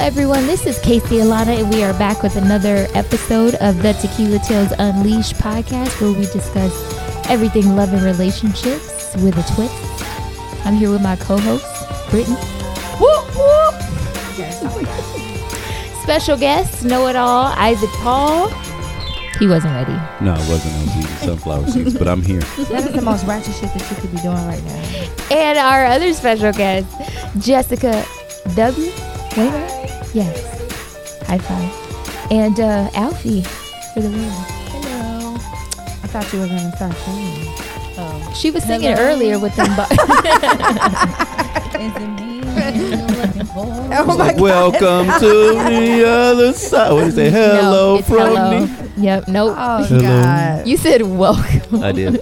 everyone. This is Casey Alana, and we are back with another episode of the Tequila Tales Unleashed podcast where we discuss everything love and relationships with a twist. I'm here with my co host, Brittany. Whoop, whoop. Special guest, know it all, Isaac Paul. He wasn't ready. No, it wasn't. I was eating sunflower seeds, but I'm here. That is the most ratchet shit that you could be doing right now. And our other special guest, Jessica W. Wainwright? Yes. High five. And uh, Alfie for the win. Hello. I thought you were gonna start singing. Oh, She was singing Hello. earlier with them. But oh my Welcome to the other side. What do you say? Hello it's from hello. me. Yep. Nope. Oh. Hello. Oh, god. you said welcome. I did.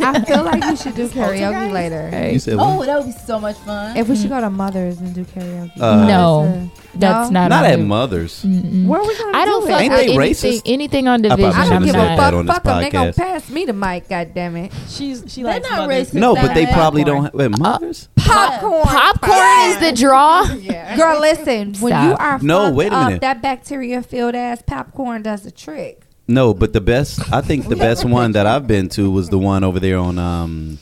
I feel like we should do karaoke Poltergeist? later. You said Oh, what? that would be so much fun. If we should go to Mother's and do karaoke. Uh, no, that's No? not. not on at the- mothers. Mm-mm. Where we gonna I don't do fuck it? Ain't with they anything, racist? anything on probably division. I shouldn't don't I'm give have said a not. that fuck. on this Fuck them. They gonna podcast. pass me the mic. God damn it. She's she likes not mother. racist. No, but that they bad. probably don't. ha- wait, mothers? Popcorn. Popcorn is the draw. Girl, listen. When you Stop. are No, fucked wait a up, minute. that bacteria filled ass popcorn does the trick. No, but the best. I think the best one that I've been to was the one over there on, um,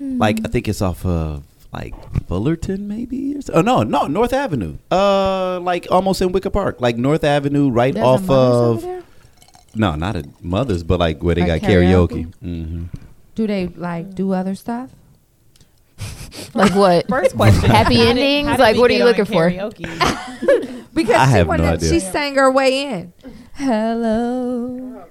like I think it's off of like Fullerton, maybe. Or so. Oh no, no North Avenue. Uh, like almost in Wicker Park, like North Avenue, right There's a off Mother's over of. there? No, not at mothers, but like where they Like got karaoke. hmm Do they like do other stuff? Like what? First question. Happy How did- endings? how did Like, we what are you get on looking for? karaoke? Because I she have no wanted, idea. she sang her way in. Hello,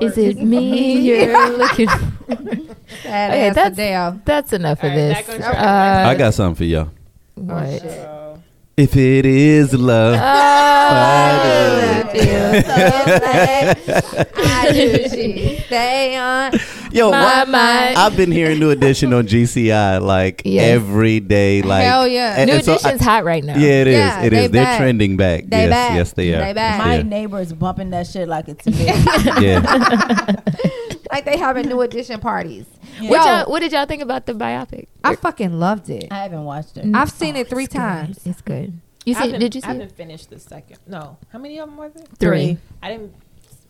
Is it me you're looking? For? that Okay, ass that's- Adele. That's enough of All right, this. back Oh, on track. Uh, I got something for y'all. what? So, If it is love, Oh, Oh, Friday. I knew she'd stay on. yo, my why- mind. I've been hearing New Edition on GCI like Yes. every day. Like Hell yeah. and- New and so I- Edition's hot right now. yeah, it is. Yeah, it they is. They're back. trending back. They yes, back. yes, they are. They back. My Yeah. neighbor is bumping that shit like it's me. yeah. Like they having new edition parties. What, Yo, y'all, what did y'all think about the biopic? I fucking loved it. I haven't watched it. I've seen it three times. It's good. You I see? haven't- Did you I see it? haven't finished the second. No. How many of them were there? Three. I didn't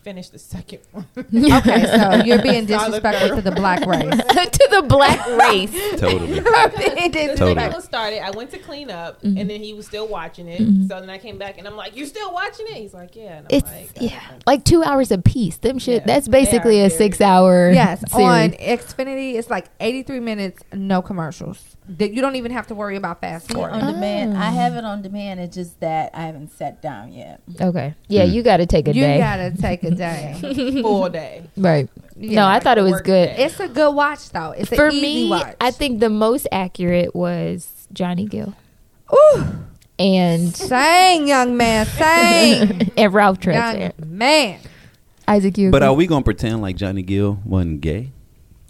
finish the second one. Okay, so you're being Saw the disrespectful girl. to the black race. to the black race. totally. You're being dis- Totally. That was started. I went to clean up, Mm-hmm. and then he was still watching it. So then I came back, and I'm like, "You still watching it?" He's like, "Yeah." And I'm It's like, yeah, like uh, two hours a piece. Them shit. Yeah. That's They are basically a very- six-hour. Yes, on series. Xfinity, it's like 83 minutes, no commercials. That you don't even have to worry about fast See, on forward. demand. Ah. I have it on demand. It's just that I haven't sat down yet. Okay. Yeah, Hmm. you got to take a You day. gotta take a day. full day. right. Yeah. No, I thought it was work good. day. It's a good watch though. It's For an easy me, watch. I think the most accurate was Johnny Gill Ooh, and sang, young man, sang, and Ralph young Tresvant. man. Isaac, you. But agree? are we gonna pretend like Johnny Gill wasn't gay?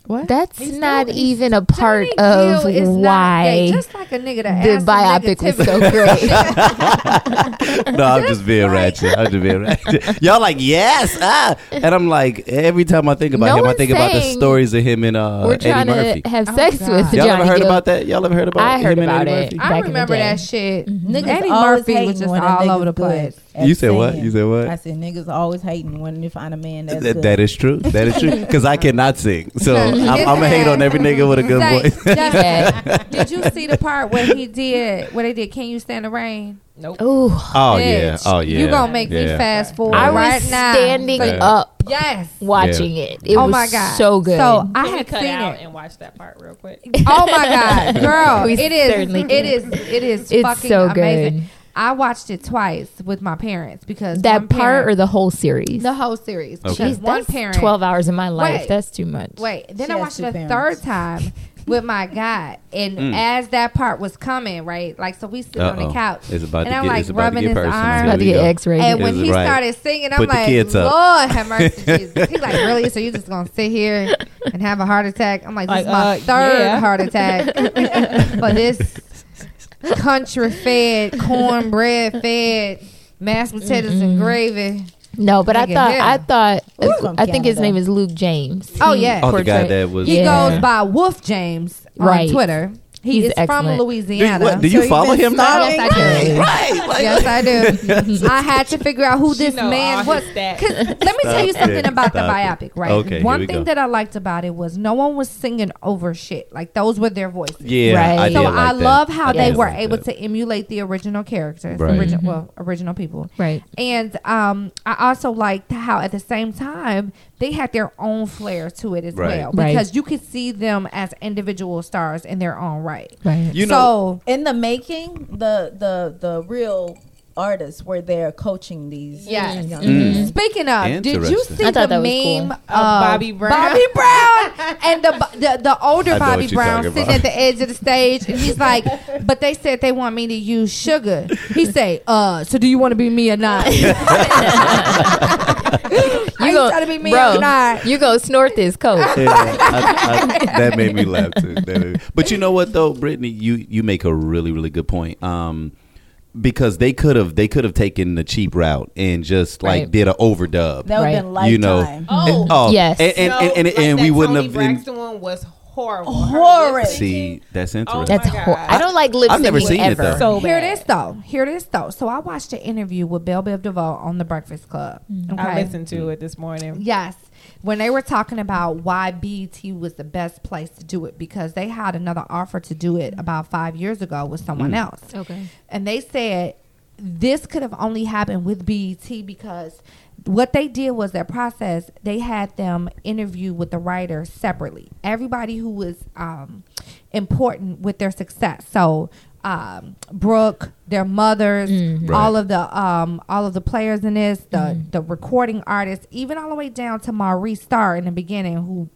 What? That's He's not still- he's- even a part of why. just like a nigga that the adds some biopic was so negativity. Uh, no, I'm just being ratchet. I'm just being ratchet. Y'all like yes, ah, and I'm like every time I think about No him, I one's think about the saying stories of him and uh, We're Eddie trying Murphy. to have Oh, sex God. with Y'all Johnny ever heard Gill. about that? Y'all ever heard about? I heard him and about Eddie it. Murphy? Back in I the remember day. that shit. Niggas Mm-hmm. Eddie always Murphy was hating just when a all nigga's over the good place. at You said what? singing. You said what? I said niggas always hating when they find a man that's That- good. that is true. That is true. Because I cannot sing, so I'm, I'm gonna hate on every nigga with a good Say, voice. Justin, did you see the part where he did where they did Can You Stand the Rain? Nope. Oh, Oh Bitch, yeah. Oh yeah. You gonna make me Yeah. fast forward I was right now. standing Yeah. up Yes. watching it. It oh was my god. so good. So I Can we had cut seen out it. and watch that part real quick. Oh my god, girl! We it is. certainly It can. is. It is. It's fucking so amazing. good. I watched it twice with my parents because that one part or parent- the whole series? the whole series. Okay. Because Jeez, one that's parent. Twelve hours of my life. Wait. That's too much. Wait, then She I has watched two it a parents. third time with my guy, and Mm. as that part was coming, right, like so we sit on the Uh-oh. couch, It's about and to I'm get- like it's about to rubbing get his personal. arm, About to Here get we go. X rated. and when Is he right. started singing, I'm Put the like, kids up. Lord have mercy, Jesus. He's like, really? So you just gonna sit here and have a heart attack? I'm like, this is Like, my uh, third yeah. heart attack for this country fed, cornbread fed, mashed potatoes and gravy. No, but I Nigga, thought yeah. I thought He's from I think his Canada. name is Luke James. Oh, He yeah. Oh, the guy portrayed- that was He Yeah. goes by Wolf James on Right. Twitter. He He's is excellent. from Louisiana. what, do you so he follow been him now? starting- Yes, I do. Right. Like, Yes, I do. I had to figure out who She this know all man his was. stats. 'Cause let me tell you Stop something it. about the Stop biopic, it. right? Okay, here One we thing go. that I liked about it was no one was singing over shit. Like those were their voices. yeah. Right. I did So like I that. love how I they did were like able that. to emulate the original characters, Right. Mm-hmm. origi- well, original people. Right. And um, I also liked how at the same time they had their own flair to it as Right. well Right. because you could see them as individual stars in their own right. Right. You know- so in the making, the the the real artists were there coaching these. Yes. Mm-hmm. young speaking of, did you Interesting. see I the thought that was meme cool. of Bobby Brown? Bobby Brown and the the, the older I know Bobby what you're Brown talking sitting about. at the edge of the stage, and he's like, "But they said they want me to use sugar." He say, "Uh, so do you want to be me or not?" Are you gon- trying to be me bro, or not? You go snort this coke. Yeah, I- I- that made me laugh too. That made me- But you know what though, Brittany, you you make a really really good point. Um, because they could have they could have taken the cheap route and just like Right. did an overdub. That would Right. have been lifetime. you know, Oh. And- oh Yes. and and, and, and, No, like and that we wouldn't Toni have. been- Braxton one was horrible. Horrid. see, that's interesting. my Oh That's God. hor- I don't like lip syncing I've never seen it, ever. though. so Here bad. it is though. Here it is though. So I watched an interview with Belle Biv DeVoe on The Breakfast Club. Okay. Mm-hmm. I listened to it this morning. Yes. When they were talking about why BET was the best place to do it, because they had another offer to do it about five years ago with Mm. someone else. Okay. And they said this could have only happened with BET because what they did was their process, they had them interview with the writer separately. Everybody who was um, important with their success. So, um, Brooke, their mothers, all Mm-hmm. Right. Mm-hmm. of the um, all of the players in this, the the recording artists, even all the way down to Maurice Starr in the beginning, who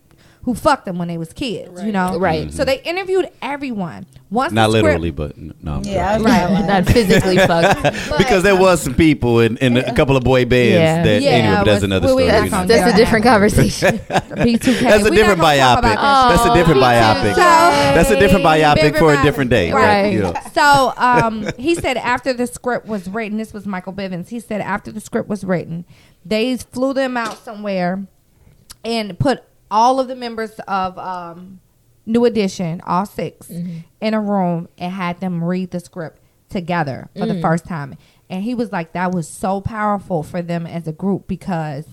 who fucked them when they was kids, you know? Right. So they interviewed everyone. Once Not the script- literally, but n- no. I'm Yeah, I joking. was like, Right. Not physically fucked. Because there was some people in, in a couple of boy bands Yeah. that Yeah, anyway, but that's was- another well, we story. got you know. some- That's a different conversation. B2K. That's a We not different gonna talk biopic. about that. That's a different Oh, biopic. so- That's a different biopic Different for biopic. a different day. Right. you know. So um, he said after the script was written, this was Michael Bivins. He said after the script was written, they flew them out somewhere and put all of the members of um, New Edition, all 6 in a room and had them read the script together for the first time. And he was like, that was so powerful for them as a group because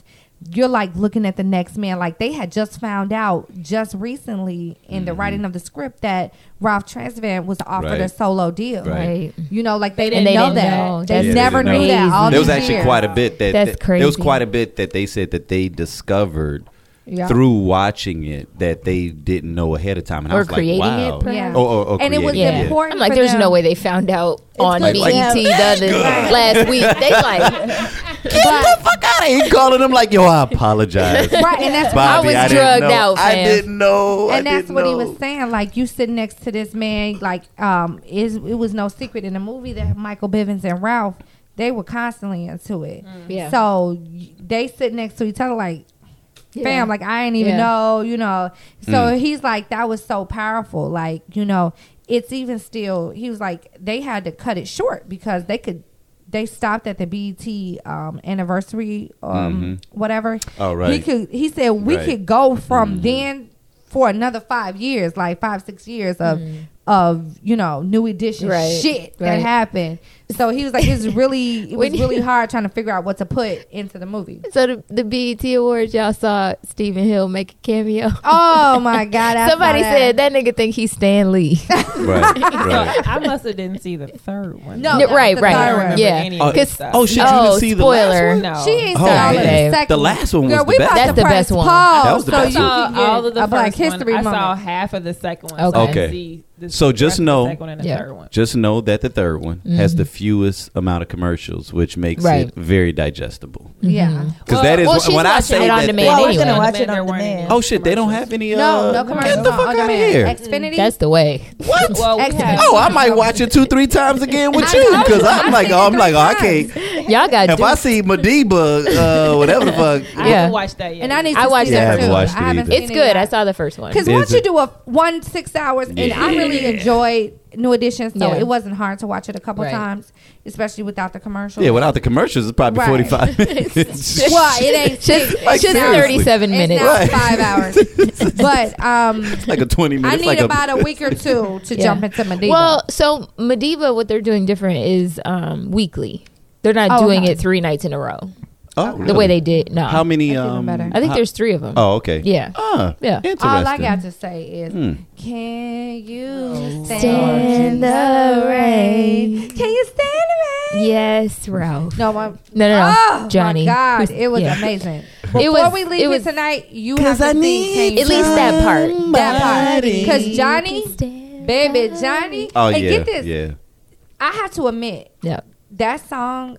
you're like looking at the next man. Like they had just found out just recently in the writing of the script that Ralph Transvan was offered a Right. solo deal. Right. You know, like they And didn't they know didn't that. know. They That's Yeah, they never didn't knew know. that. All there was these actually years. quite a bit that, That's that- there was crazy. quite a bit that they said that they discovered Yeah. through watching it that they didn't know ahead of time and Or I was creating it, like wow perhaps? Yeah. or, or, or and it was creating Yeah. important. I'm like, for there's them. no way they found out on good BET to the have- other last week. They like, Get the fuck out of here calling them like yo I apologize Right, and that's I Bobby, was didn't drugged know. out, I fam. didn't know I and that's didn't what know. he was saying. Like you sit next to this man, like um, is it was no secret in the movie that Michael Bivins and Ralph they were constantly into it. Yeah. So y- they sit next to each other, like Yeah. fam, like I ain't even Yeah. know, you know. So Mm. he's like, that was so powerful, like you know. It's even still. He was like, they had to cut it short because they could. They stopped at the BET um, anniversary, um, whatever. Oh, He right. could. He said we Right. Mm-hmm. could go from then for another five years, like five six years of of you know new edition Mm-hmm. Right, shit that right. happened. So he was like, it's really it was When you- really hard trying to figure out what to put into the movie. so the, the BET Awards, y'all saw Stephen Hill make a cameo. Oh my god! I saw Somebody that. said that nigga think he's Stan Lee. right right So I must have didn't see the third one. Yeah, No, that was right, the right. I don't third one. remember Yeah. any of Oh, this stuff. oh, shit. Did you see the last spoiler. one? No. She ain't Oh, seen all of okay. the second. The last one was the Girl, we best about That's to the press best one. pause That was the so best you I one. saw can get all of the a first Black History one. Month. I saw half of the second one. so Okay. I didn't Okay. see the So just rest of know- the second one and the Yeah. third one. just know that the third one has the fewest amount of commercials which makes Right. it very digestible Mm-hmm. Yeah. because Well- that is well, when- she's when I watching say it on that demand thing- Well, I was anyway. gonna watch it There on weren't any. demand. oh shit they don't have any uh, No, no commercials. get the fuck on out of demand. here Xfinity. That's the way. what Well, we Excellent. have, Oh, I might watch it two, three times again with you because I'm like, oh, I'm like, oh, I can't. Y'all got If I to. see Madiba, uh, whatever the fuck, I Yeah. haven't watched that yet. and I need. To I watched see it. Yeah, I that haven't too. watched it I haven't either. seen It's it good. yet. I saw the first one. Because Is once it- you do a one six hours, and I really enjoyed New Edition, so Yeah. it wasn't hard to watch it a couple Right. times, especially without the commercials. Yeah, without the commercials, it's probably Right. 45 minutes. well, it ain't six. Just, Like, just seriously. 37 It's minutes. now Right. five hours, but um, like a 20 minute. I it's need like about a, week or two to Yeah. jump into Medina. Well, so Madiba, what they're doing different is um, weekly. They're not Oh, doing okay. it three nights in a row oh, the way really? they did. No, How many? That's even Um, better. I think how- there's three of them. Oh, okay. Yeah. Ah, Yeah. Interesting. all I got to say is, Hmm. can you Stand Oh. stand the the rain. rain? Can you stand the rain? Yes, Ralph. No, my, No, no, no. Oh, Johnny. My God, Who's- it was yeah. amazing. Before It was- we it leave was- here tonight, you have to sing. At least that part. That part. somebody. Because Johnny, baby Johnny, Oh, and yeah. get this, Yeah. I have to admit Yeah. that song.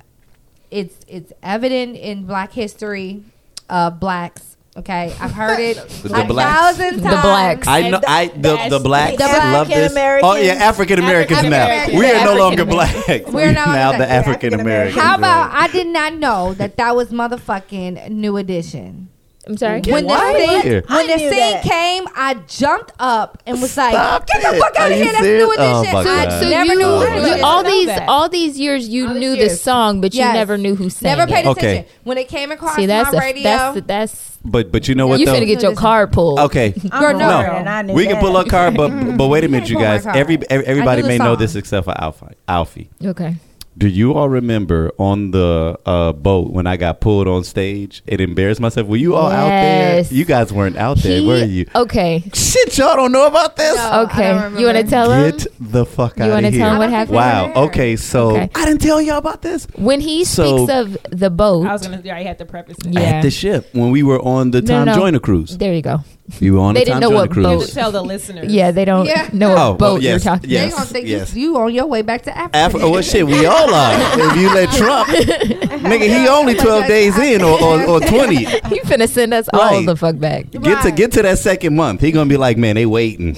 It's it's evident in Black history, uh, blacks. Okay, I've heard it The a blacks. thousand times. The blacks. I know. I the the blacks The love this. African-Americans. Oh yeah, African Americans now. African-Americans. We are no longer African-Americans. black. We're We're no now longer the black. African Americans. How about I did not know that that was motherfucking New Edition. I'm sorry. When the What? scene, What? I when the knew scene that. came, I jumped up and was like, Stop "Get the it. fuck out Are of you here! That's serious? new edition." Oh, my I God. So never you, knew I who you- New didn't Edition all was. these that. all these years you All these knew the years. song, but Yes. you never knew who sang Never paid it. Oh. Okay. attention when it came across See, that's my a, radio. that's that's But but you know what you though? finna get your car pulled. okay. I'm Girl, a no. lawyer and I knew We can that. pull up car, but but wait a minute, can't you Mm-hmm. pull my guys. car. Every every- everybody the may know song. this except for Alfie. Alfie. Okay. Do you all remember on the uh, boat when I got pulled on stage and embarrassed myself? Were you all out Yes. there? You guys weren't out there, He- were you? Okay. Shit, y'all don't know about this. No. Oh, I Okay. don't you want to remember. tell him? Get the fuck You out wanna of here! tell 'em what I don't think happened? Wow. we were. Okay, so Okay. I didn't tell y'all about this. When he So- speaks of the boat, I was gonna. I had to preface it. Yeah. At the ship when we were on the No, Tom no, no. Joyner cruise. there you go. You were on They the didn't Tom know Joyner what You have cruise. to tell the listeners. Yeah, they don't Yeah. know Oh, what well, boat you're yes, talking. they yes. gonna think yes. you, you on your way back to Africa. Af- well, shit, we all are. if you let Trump, nigga, he only twelve days in or, or, or twenty. about. You finna send us all Right. the fuck back. Get to Right. get to that second month. He gonna be like, man, they waiting.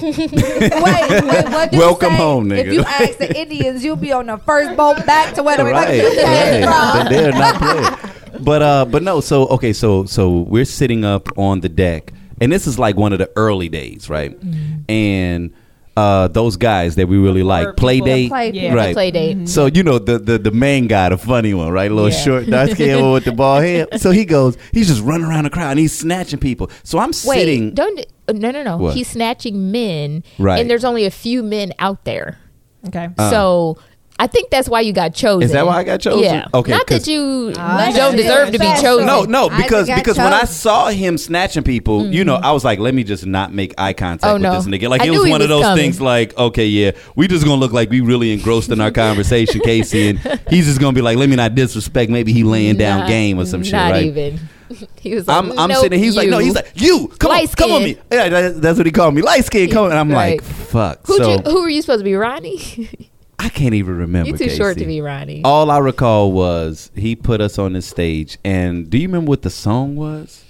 wait, wait, what do you Welcome say? home, nigga. If you ask the Indians, you'll be on the first boat back to where the fuck right, you came right. They- from. They're not playing. But uh, but no. So okay, so so we're sitting up on the deck, and this is like one of the early days, right? And uh, those guys that we really like, Mm-hmm. people play that date, play- Yeah. right? Play date. So you know the, the the main guy, the funny one, right? Little Mm-hmm. Yeah. short, dark skinned one with the bald head. So he goes, he's just running around the crowd and he's snatching people. So I'm Wait, Mm-hmm. sitting. don't uh, no no no. What? He's snatching men, Right. And there's only a few men out there, Okay. Uh, so I think that's why you got chosen. Is that why I got chosen? Yeah. Okay, Not 'cause- that you Ah, don't that's deserve to be special. chosen. Oh, No, no, I because think I because when I chose. saw him snatching people, you know, I was like, let me just not make eye contact Mm-hmm. Oh, with no. this nigga. Like I it knew was he one of was those coming. things. Like, okay, yeah, we just gonna look like we really engrossed in our conversation, Casey, and he's just gonna be like, let me not disrespect. Maybe he laying down Not- game or some shit, Not right? even. He was. Like, I'm, I'm nope, sitting. He's like, no. you. He's like, you come on, Light come on me. skin. Yeah, that, that's what he called me, light skin. Come on. And I'm Right. like, fuck. Who'd so you, who were you supposed to be, Ronnie? I can't even remember. you too short to Casey. be Oh, Ronnie. All I recall was he put us on this stage, and do you remember what the song was?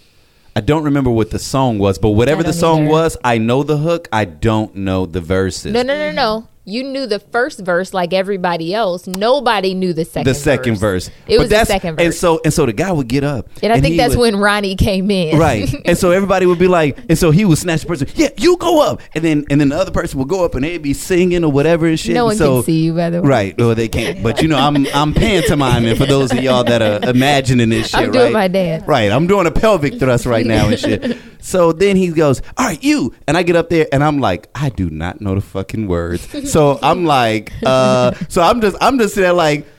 I don't remember what the song was, but whatever I the don't song either. was, I know the hook. I don't know the verses. No, no, no, no. You knew the first verse like everybody else. Nobody knew the second. the second verse. It But was the that's- second And verse. so and so the guy would get up. And I think he that's would- when Ronnie came in. Right. And so everybody would be like, and so he would snatch the person, yeah, you go up. And then and then the other person would go up and they'd be singing or whatever and shit. no And one so, can see you, by the way. Right. Or they can't. But you know, I'm I'm pantomiming for those of y'all that are imagining this shit, I'm doing right? my dance. Right. I'm doing a pelvic thrust right now and shit. So then he goes, All right, you. And I get up there and I'm like, I do not know the fucking words. So I'm like, uh, so I'm just I'm just sitting there like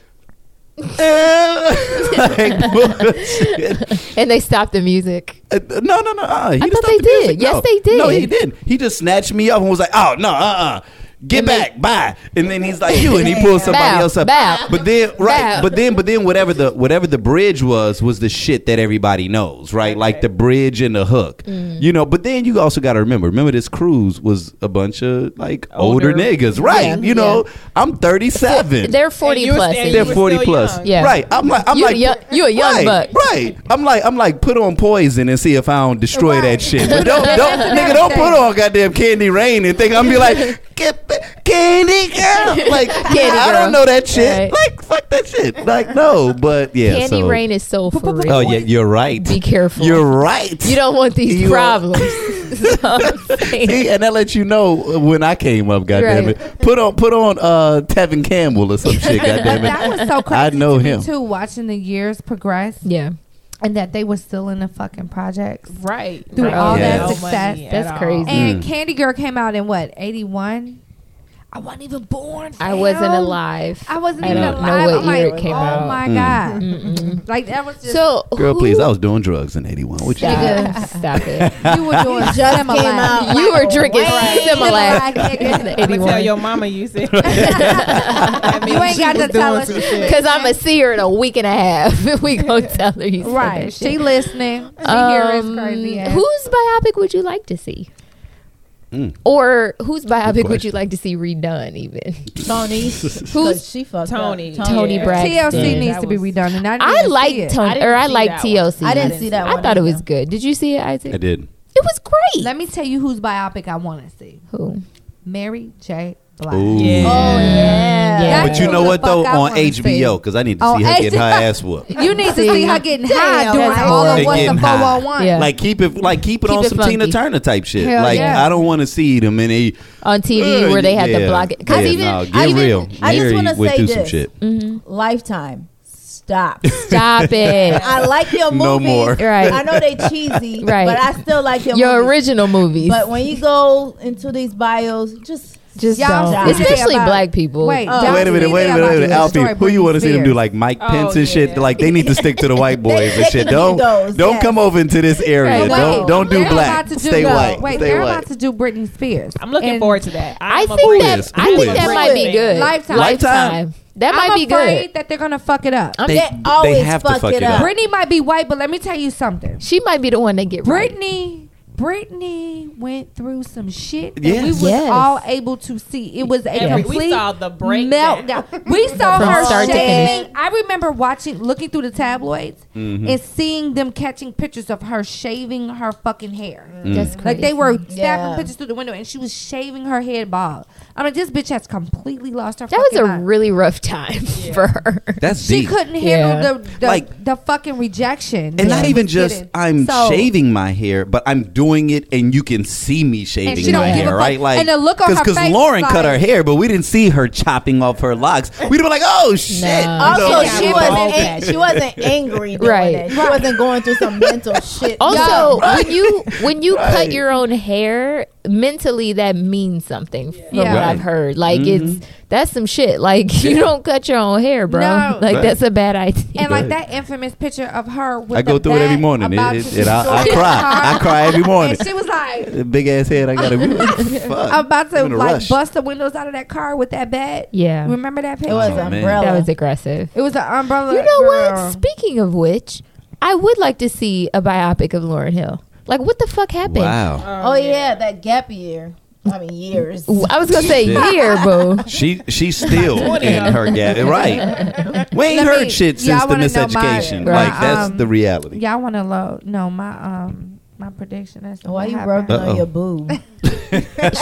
eh, like, bullshit. And they stopped the music. Uh, no, no, no. Uh, he I just thought stopped they the did. music. Yes, No. they did. No, he didn't. He just snatched me up and was like, "Oh no, uh, uh get And they- back, bye." And then he's like, "You," and he pulls somebody Bow, else up. bow, But then, right? bow. But then, but then, whatever the whatever the bridge was was the shit that everybody knows, right? Like the bridge and the hook, Mm. you know. But then you also got to remember, remember this cruise was a bunch of like older, Older. niggas, right? Yeah, you know, I'm 37. They're 40 And you were plus. standing- in They're you were 40 still plus. young. Yeah. Right. I'm like, I'm You a like, young- you a young right, buck. Right. I'm like, I'm like, put on poison and see if I don't destroy Right. that shit. But don't, don't, nigga, don't put on goddamn candy rain and think I'm be like, get b- candy girl. Like, Candy I girl. don't know that Right. shit. Like, fuck that shit. Like, no, but yeah. Candy so. rain is so for real. Oh yeah, you're right. Be careful. You're right. You don't want these You- problems. That's all I'm saying. See, and that lets you know when I came up. Goddamn Right. it! Put on, put on, uh, Tevin Campbell or some shit. Goddamn That it! was so crazy. I know to me, him. too. Watching the years progress yeah, and that they were still in the fucking projects. right Through Right. all that No money success. at That's all. crazy. And Mm. Candy Girl came out in what eighty one. I wasn't even born. I wasn't fam. alive. I wasn't I even don't know alive. what I'm like, year it came oh out. my Mm. god! Mm-mm. Like that was just So Girl, who- please, I was doing drugs in '81. What you? Stop, stop it. you were doing Just just came out. Uh, You were drinking Right. Right, Similac nigga. in I'm gonna tell your '81 mama you said. You ain't got to tell us shit. because I'm gonna see her in a week and a half. we gonna tell her you said Right. that She shit. listening. She hear is Um, crazy. Ass. Whose biopic would you like to see? Mm. Or whose biopic would question. you like to see redone? Even Tony. Who's- Who's she fucked Tony. Up. Tony Yeah. Braxton? TLC That needs to be was- redone. And I, didn't I even see like it. Tony, I or I didn't see like that TLC. I didn't see that I one. thought it was either. good. Did you see it, Isaac? I did. It was great. Let me tell you whose biopic I want to see. Who? Mary J. Blige. Ooh. Yeah. Oh yeah. Yeah. But you know Who the what though? fuck I On wanna see? HBO, because I need to Oh, see her getting her HBO. ass whooped. You need to see her getting high Damn, doing that's all horrible. of what the Getting high. 401. Yeah. Like keep it, like keep it Keep on it some funky. Tina Turner type shit. Hell like yeah. I don't want to see them in a On TV Uh, where they had to yeah. block it. Yeah, Because even no, get I even- real. I just Mary wanna went say through some this. shit. Lifetime. Stop. stop it. I like your movies. No more. Right. I know they cheesy. Right. But I still like your, Your movies. original movies. But when you go into these bios, just just Y'all don't. should Especially say about- black people. Wait, Oh. don't uh, wait a minute, see wait that a minute, about wait a minute. the Alfie, story who you Britney want to see them do Spears. like Mike Oh, Pence and yeah. shit? Like they need to stick to the white boys They and can shit. do Don't those, don't yes. come over into this area. Right. Don't don't do They're black. about to do- Stay no, white. Wait, Stay they're white. about to do Britney Spears. I'm looking And forward to that. I I'm a think Britney that is? fan. I Who think is? that Who might is? be good. Lifetime. Lifetime. That I'm might be afraid good. that they're gonna fuck it up. I'm They- they, just- always have to fuck, fuck it, it up. up. Britney might be white, but let me tell you something. she might be the one that get right. Britney, Britney went through some shit that Yes. we was Yes. all able to see. It was a Every- complete we saw the breakdown. meltdown. We saw From her start to shaking. I remember watching, looking through the tabloids Mm-hmm. Mhm. and seeing them catching pictures of her shaving her fucking hair. That's crazy. Like they were snapping Yeah. pictures through the window, and she was shaving her head bald. I mean, this bitch has completely lost her. That was a fucking mind. really rough time for her. That's She deep. couldn't handle Yeah. the the, Like- the fucking rejection. that And not she even was just getting. I'm So- shaving my hair, but I'm doing it, and you can see me And shaving she don't my give a hair, fuck. right? Like, And the look on her face Lauren was cut like- her hair, but we didn't see her chopping off her locks. We'd be like, "Oh shit!" No. You know, Also, like, she Yeah, wasn't okay. an- she wasn't angry doing Right. it. She wasn't going through some mental shit. Also, Yeah. when you when you cut Right. your own hair, mentally that means something from Yeah. what Right. I've heard. Like it's that's some shit. Like you don't cut your own hair, bro. No. Like Right. that's a bad idea. And like Right. that infamous picture of her with I go the through it every bat morning. It, about it, to it- I, I destroy cry. I her. cry every morning. And she was like The big ass head I got. I'm about to I'm in a like rush. bust the windows out of that car with that bat. yeah, Remember that picture? it was Oh, an man. umbrella. that was aggressive. It was an umbrella. You know girl. what? Speaking of which, I would like to see a biopic of Lauren Hill. Like what the fuck happened? Wow. Um, oh yeah, that gap year. I mean years. I was gonna say Yeah. year, boo. She she's still in her gap. Right. We ain't Let heard me- shit y'all since the wanna know my- miseducation. my, like that's um, the reality. Y'all want to low? No, my um my prediction. That's Why you broke? rubbing Uh-oh. on your boob?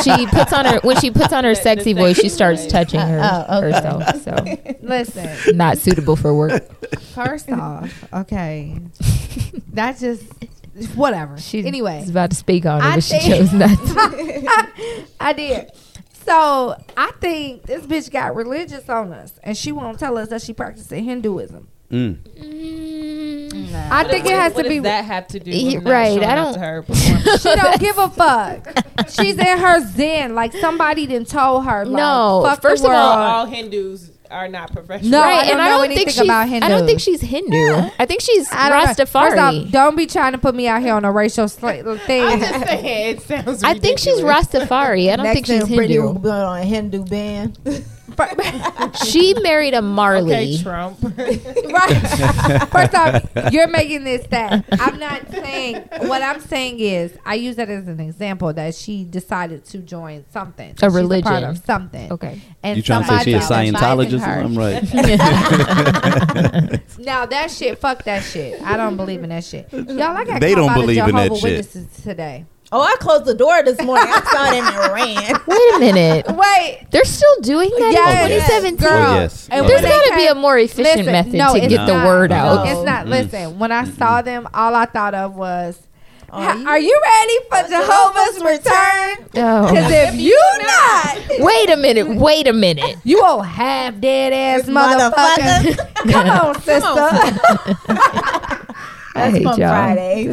She puts on her when she puts on her sexy voice, she starts touching her Oh, okay. herself. So Listen, not suitable for work. first off, okay, that's just whatever. She's anyway, was about to speak on it, I but she think- chose not to. I did. So I think this bitch got religious on us, and she won't tell us that she practicing Hinduism. Mm. I think it has What to be. does that have to do Yeah, with not right, showing I up don't- Uh, to her performance? She don't give a fuck. She's in her zen. Like somebody done told her. Like, No, Fuck first the of world. all, all Hindus are not professional. No, right, I don't and I know don't anything think she's. about I don't think Hindus. she's Hindu. I think she's I don't know. First off, Rastafari. don't be trying to put me out here on a racial sl- I'm thing. just saying, it sounds I think she's ridiculous. Rastafari. I don't think she's Britney Hindu. will be on a Hindu band. She married a Marley. Okay, Trump. Right. First off, you're making this that. I'm not saying. What I'm saying is, I use that as an example that she decided to join something. She's part religion. of something. Okay. And You trying to say she a somebody Scientologist? advising her. I'm right. Now that shit, fuck that shit. I don't believe in that shit. Y'all, I got They called don't by the believe in that Jehovah's shit. Witnesses today. Oh, I closed the door this morning. I saw them and ran. Wait a minute. Wait. They're still doing that Yes, in 2017. girl. Oh, yes. And Oh, when There's yes. they got to be came- a more efficient Listen, method no, to it's get the not. word No. out. It's not. Listen, when I saw them, all I thought of was, "Ha- you- "Are you ready for Jehovah's return? Oh. Because if you not, Wait a minute. Wait a minute. you old half dead ass motherfucker. Come on, sister. I hate y'all. On Friday. I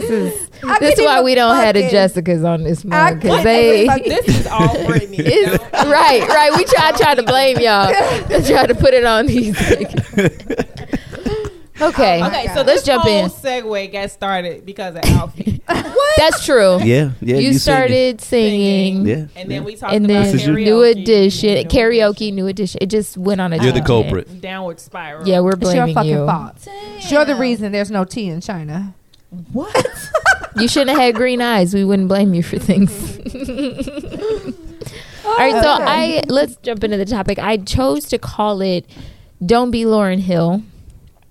This is couldn't why even we don't have the fucking- Jessicas on this I morning. couldn't Cause they, even fucking- This is all Brittany. you it's, know? right, right. We try, try to blame y'all. try to put it on these. niggas. okay. Okay, so Oh God. this Let's jump whole in. segue got started because of Alfie. That's true. Yeah, yeah. you, sing it. started singing. Yeah. And then we talked And about then This is karaoke. new edition, karaoke, new edition. It just went on a You're the tangent. culprit. Downward spiral. Yeah, we're It's your blaming fucking you. fault. You're the reason there's no tea in China. What? You shouldn't have had green eyes. We wouldn't blame you for things. All right, so I let's jump into the topic. I chose to call it "Don't Be Lauren Hill"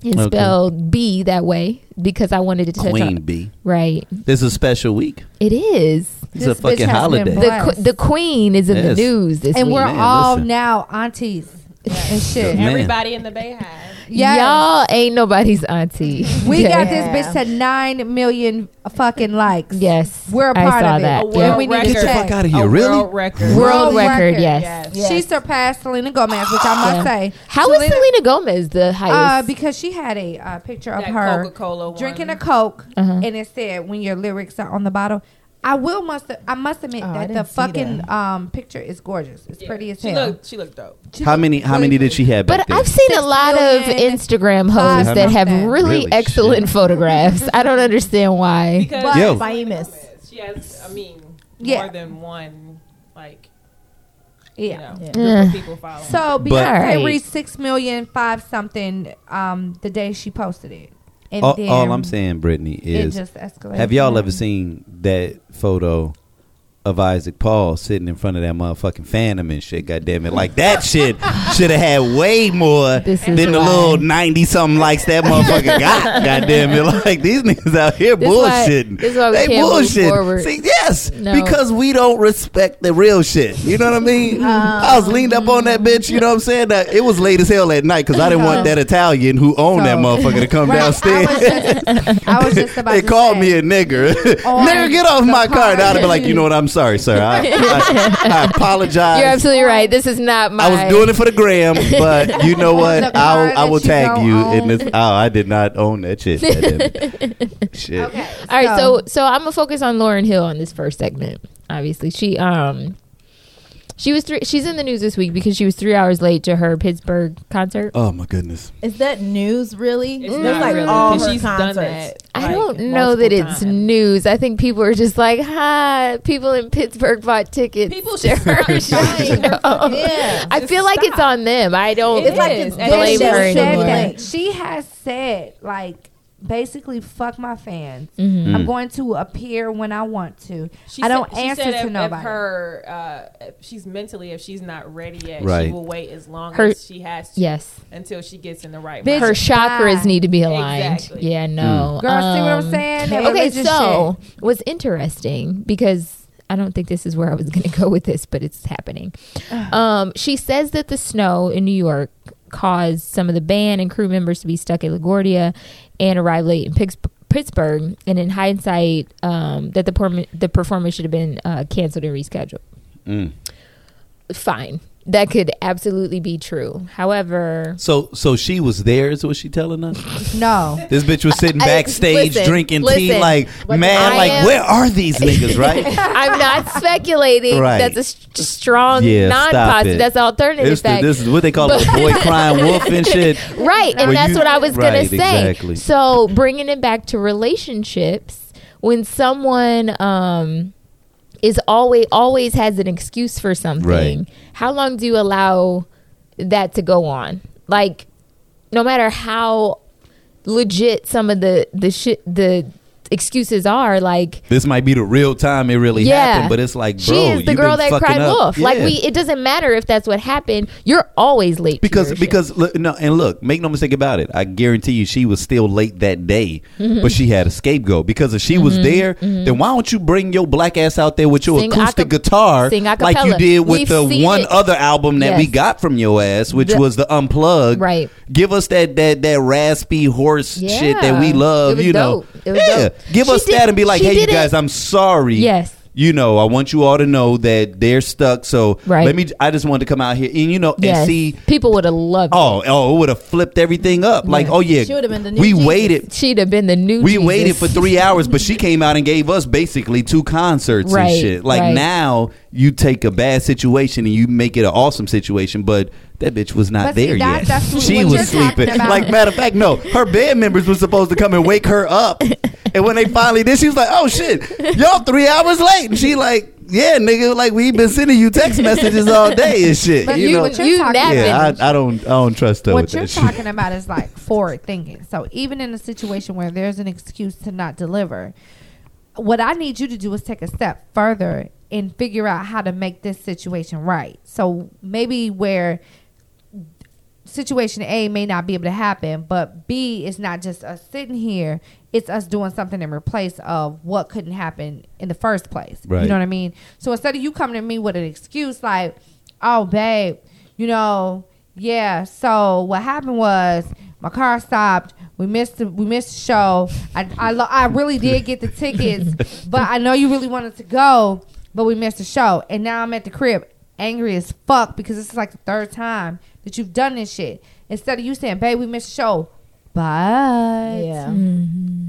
and Okay. spelled B that way because I wanted to touch Queen on B. right. This is a special week. It is It's This a bitch fucking has holiday. been the qu- the Queen is in the Yes. news this And week. we're Man, all listen. now aunties and shit. Man. Everybody in the Bay Hive. Yeah. Y'all ain't nobody's auntie. We Okay? got this bitch to 9 million fucking likes. yes. We're a I part saw of it. that. A yeah. world we need to record. Get the fuck outta here, A really? World record. World World record, record, yes. Yes. She surpassed Selena Gomez, which I Yeah. must say. How is Selena Gomez the Uh, highest? because she had a uh, picture of That her Coca-Cola one. drinking a Coke, Uh-huh. and it said, "When your lyrics are on the bottle." I will must I must admit Oh, I that the didn't see fucking um, picture is gorgeous. It's Yeah. pretty as she hell. Looked, she looked dope. She How looked many? How really many did she have back but then? I've seen a Six lot of million Instagram five hoes that have something. really, Really? excellent photographs. I don't understand why. Because But- Yo. Famous. she has, I mean, Yeah. more than one, like, you Yeah. know, Yeah. group of people following. So But- because Alright. it reached six million five something um, the day she posted it, and all, then all I'm saying, Brittany, it is just escalated. have y'all ever seen that photo of Isaac Paul sitting in front of that motherfucking Phantom and shit? God damn it! Like that shit should have had way more This than is the why- little ninety something likes that motherfucker got. God damn it! Like these niggas out here This why- bullshitting. this why we they can't move bullshitting. forward. See, yes, No. because we don't respect the real shit. You know what I mean? Uh, I was leaned up on that bitch. You know what I'm saying? That it was late as hell at night because I didn't want that Italian who owned that So- motherfucker to come Right, downstairs. I was just, I was just about They to called say, me a nigger. On nigger, get off the my car. And I'd be podcast. like, you know what? I'm sorry, sir. I, I, I apologize. You're absolutely right. This is not my. I was doing it for the gram, but you know The what? car I'll, I will that you tag don't you in own. this. Oh, I did not own that shit. God damn it. shit. Okay, All right, so so I'm gonna focus on Lauren Hill on this first segment. Obviously, she um she was three. She's in the news this week because she was three hours late to her Pittsburgh concert. Oh my goodness. Is that news really? it's That's not like really, all 'cause her she's done concerts. that. I like, don't know that multiple it's times. news. I think people are just like, "Hi, people in Pittsburgh bought tickets." People should stop You buying. know? Yeah. I Just feel like it's stop. on them. I don't. It It's like it's And dead blame she her shit. said anymore. that. She has said like basically fuck my fans. Mm-hmm. I'm going to appear when I want to. She I don't said- she answer said if, to nobody. If her, uh, if she's mentally, if she's not ready yet, she Right. will wait as long Her- as she has to Yes, until she gets in the right Bitch, mindset. her chakras Bye. need to be aligned. Exactly. Yeah, no. um, Girl, see what I'm saying? That okay, religious so what's interesting because I don't think this is where I was going to go with this, but it's happening. Um, she says that the snow in New York caused some of the band and crew members to be stuck at LaGuardia and arrive late in Pitts- Pittsburgh. And in hindsight, um, that the perform- the performance should have been uh, canceled and rescheduled. Mm. Fine, that could absolutely be true. However, So, so she was there. Is what she telling us? no. This bitch was sitting I- backstage listen, drinking tea, listen. like mad, I like am- where are these niggas? Right? I'm not speculating. Right. That's a st- strong Yeah, stop non-positive. it. That's alternative This, the, fact. this is what they call But- a boy crying wolf and shit. right, and Well, that's you- what I was right, gonna say. exactly. So bringing it back to relationships, when someone um, is always always has an excuse for something, Right. how long do you allow that to go on? Like, no matter how legit some of the the shit the excuses are like This might be the real time it really Yeah. happened, but it's like, bro, she is the you've girl that been fucking cried up. wolf. Like Yeah. we, it doesn't matter if that's what happened. You're always late to because your shit. because look, no and look make no mistake about it i guarantee you she was still late that day Mm-hmm. but she had a scapegoat because if she was there then why don't you bring your black ass out there with your Sing acoustic aca- guitar sing a like you cappella. did with We've the seen one it. other album that we Yes. got from your ass which The- was the unplugged Right. give us that that that raspy horse Yeah. shit that we love It was you dope. know It was yeah dope. give She us did- that and be like she hey you did it- guys i'm sorry Yes. you know, I want you all to know that they're stuck. So Right. let me. I just wanted to come out here and you know Yes. and see people would have loved. it. Oh, oh, it would have flipped everything up. Like, oh yeah, She would've been the new we Jesus. waited. she'd have been the new. We Jesus. waited for three hours, but she came out and gave us basically two concerts Right, and shit. Like right. now, you take a bad situation and you make it an awesome situation, but that bitch was not But see, there that- yet. that's what she you're was talking sleeping. about. Like matter of fact, no, her band members were supposed to come and wake her up, and when they finally did, she was like, "Oh shit, y'all three hours late," and she like. Yeah, nigga, like we been sending you text messages all day and shit. But you, you- know, what you're talking napping. yeah, I, I don't, I don't trust her with what that you're shit. talking about is like forward thinking. So even in a situation where there's an excuse to not deliver, what I need you to do is take a step further and figure out how to make this situation right. So maybe where situation A may not be able to happen, but B is not just us sitting here. It's us doing something in replace of what couldn't happen in the first place. Right. You know what I mean? So instead of you coming to me with an excuse like, oh, babe, you know, yeah, so what happened was my car stopped. We missed the we missed the show. I I, lo- I really did get the tickets, but I know you really wanted to go, but we missed the show. And now I'm at the crib angry as fuck because this is like the third time that you've done this shit. Instead of you saying, "Babe, we missed the show," but Yeah.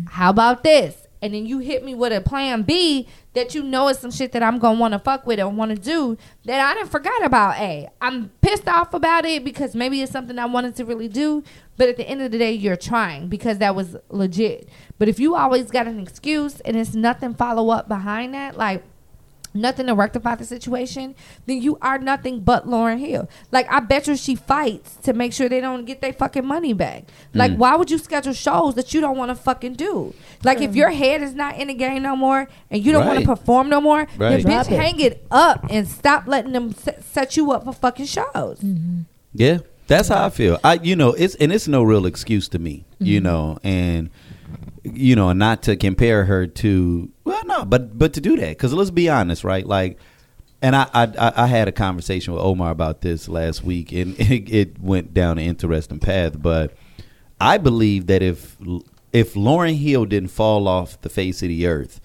how about this? And then you hit me with a plan B that you know is some shit that I'm gonna wanna fuck with and wanna do that I didn't forgot about A. I'm pissed off about it because maybe it's something I wanted to really do, but at the end of the day you're trying because that was legit. But if you always got an excuse and it's nothing follow up behind that, like nothing to rectify the situation, then you are nothing but Lauren Hill. Like I bet you she fights to make sure they don't get their fucking money back. Like Mm. why would you schedule shows that you don't want to fucking do? Like if your head is not in the game no more and you don't want Right. to perform no more, then Right. bitch Drop it. hang it up and stop letting them set, set you up for fucking shows. Yeah, that's how I feel. I, you know, it's and it's no real excuse to me, you know, and you know, not to compare her to well, no, but but to do that because let's be honest, right? Like, and I, I I- I had a conversation with Omar about this last week, and it, it went down an interesting path, but I believe that if if Lauren Hill didn't fall off the face of the earth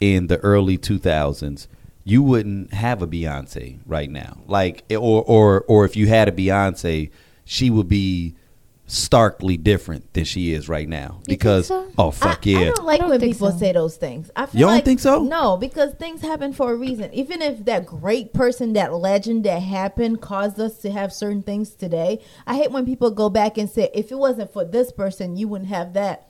in the early 2000s, you wouldn't have a Beyonce right now. Like or or or if you had a Beyonce, she would be starkly different than she is right now because so? oh fuck I, yeah. I don't like I don't when think people so. say those things. I feel You don't like- think so? No, because things happen for a reason. Even if that great person, that legend that happened caused us to have certain things today, I hate when people go back and say, if it wasn't for this person, you wouldn't have that.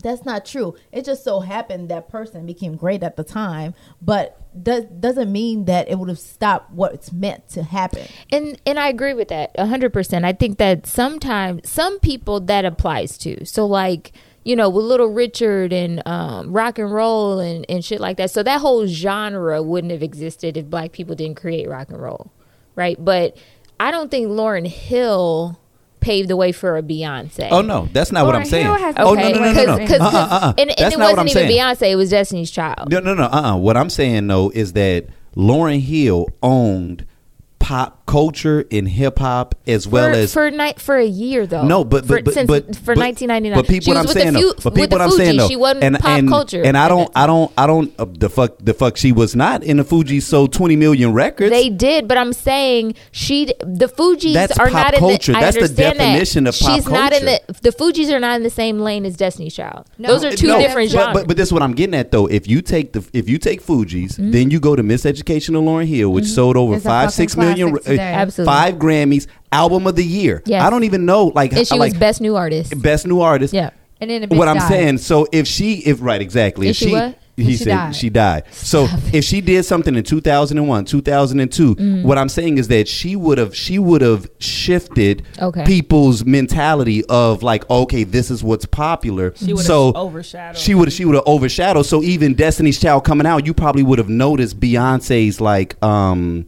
That's not true. It just so happened that person became great at the time, but does, doesn't mean that it would have stopped what's meant to happen. And and I agree with that 100%. I think that sometimes some people that applies to. So like, you know, with Little Richard and um, rock and roll and, and shit like that. So that whole genre wouldn't have existed if black people didn't create rock and roll, right? But I don't think Lauren Hill paved the way for a Beyonce. Oh no, that's not what Lauren I'm saying. Hill has oh no been no no no, no. Cause, 'cause- Uh-uh, uh-uh. And, and That's it not what wasn't I'm even saying. Beyonce. It was Destiny's Child. No, no, no. Uh, uh What I'm saying though is that Lauren Hill owned pop culture and hip hop as well for, as for night for a year though. No, but for, but but, since- but for but- 1999. But people, she what was I'm with saying, the though, Fu- with but the people, what I'm Fugees. saying, though, she wasn't and, pop and, culture. and I at don't, that I time. don't, I don't, uh, the fuck, the fuck, she was not in the Fuji sold 20 million records. They did, but I'm saying she d- the Fugees That's are not pop in culture. the. I That's the understand that. definition of pop She's not in culture. the. The Fugees are not in the same lane as Destiny's Child. No. Those are two No, different but, genres. But, but this is what I'm getting at though. If you take the if you take Fuji's, Mm-hmm. then you go to Miss Education of Lauren Hill, which sold over It's a five fucking six million, uh, classic today. Absolutely. five Grammys, album of the year. Yes. I don't even know like and she like was best new artist. best new artist. Yeah. And then the bitch What I'm died. saying, so if she, if right, exactly, If if she she, what? he she said died. she died. So if she did something in 2001, 2002, Mm. what I'm saying is that she would have she would have shifted Okay. people's mentality of like okay, this is what's popular. She would've so overshadowed. She would she would have overshadowed. So even Destiny's Child coming out, you probably would have noticed Beyonce's like um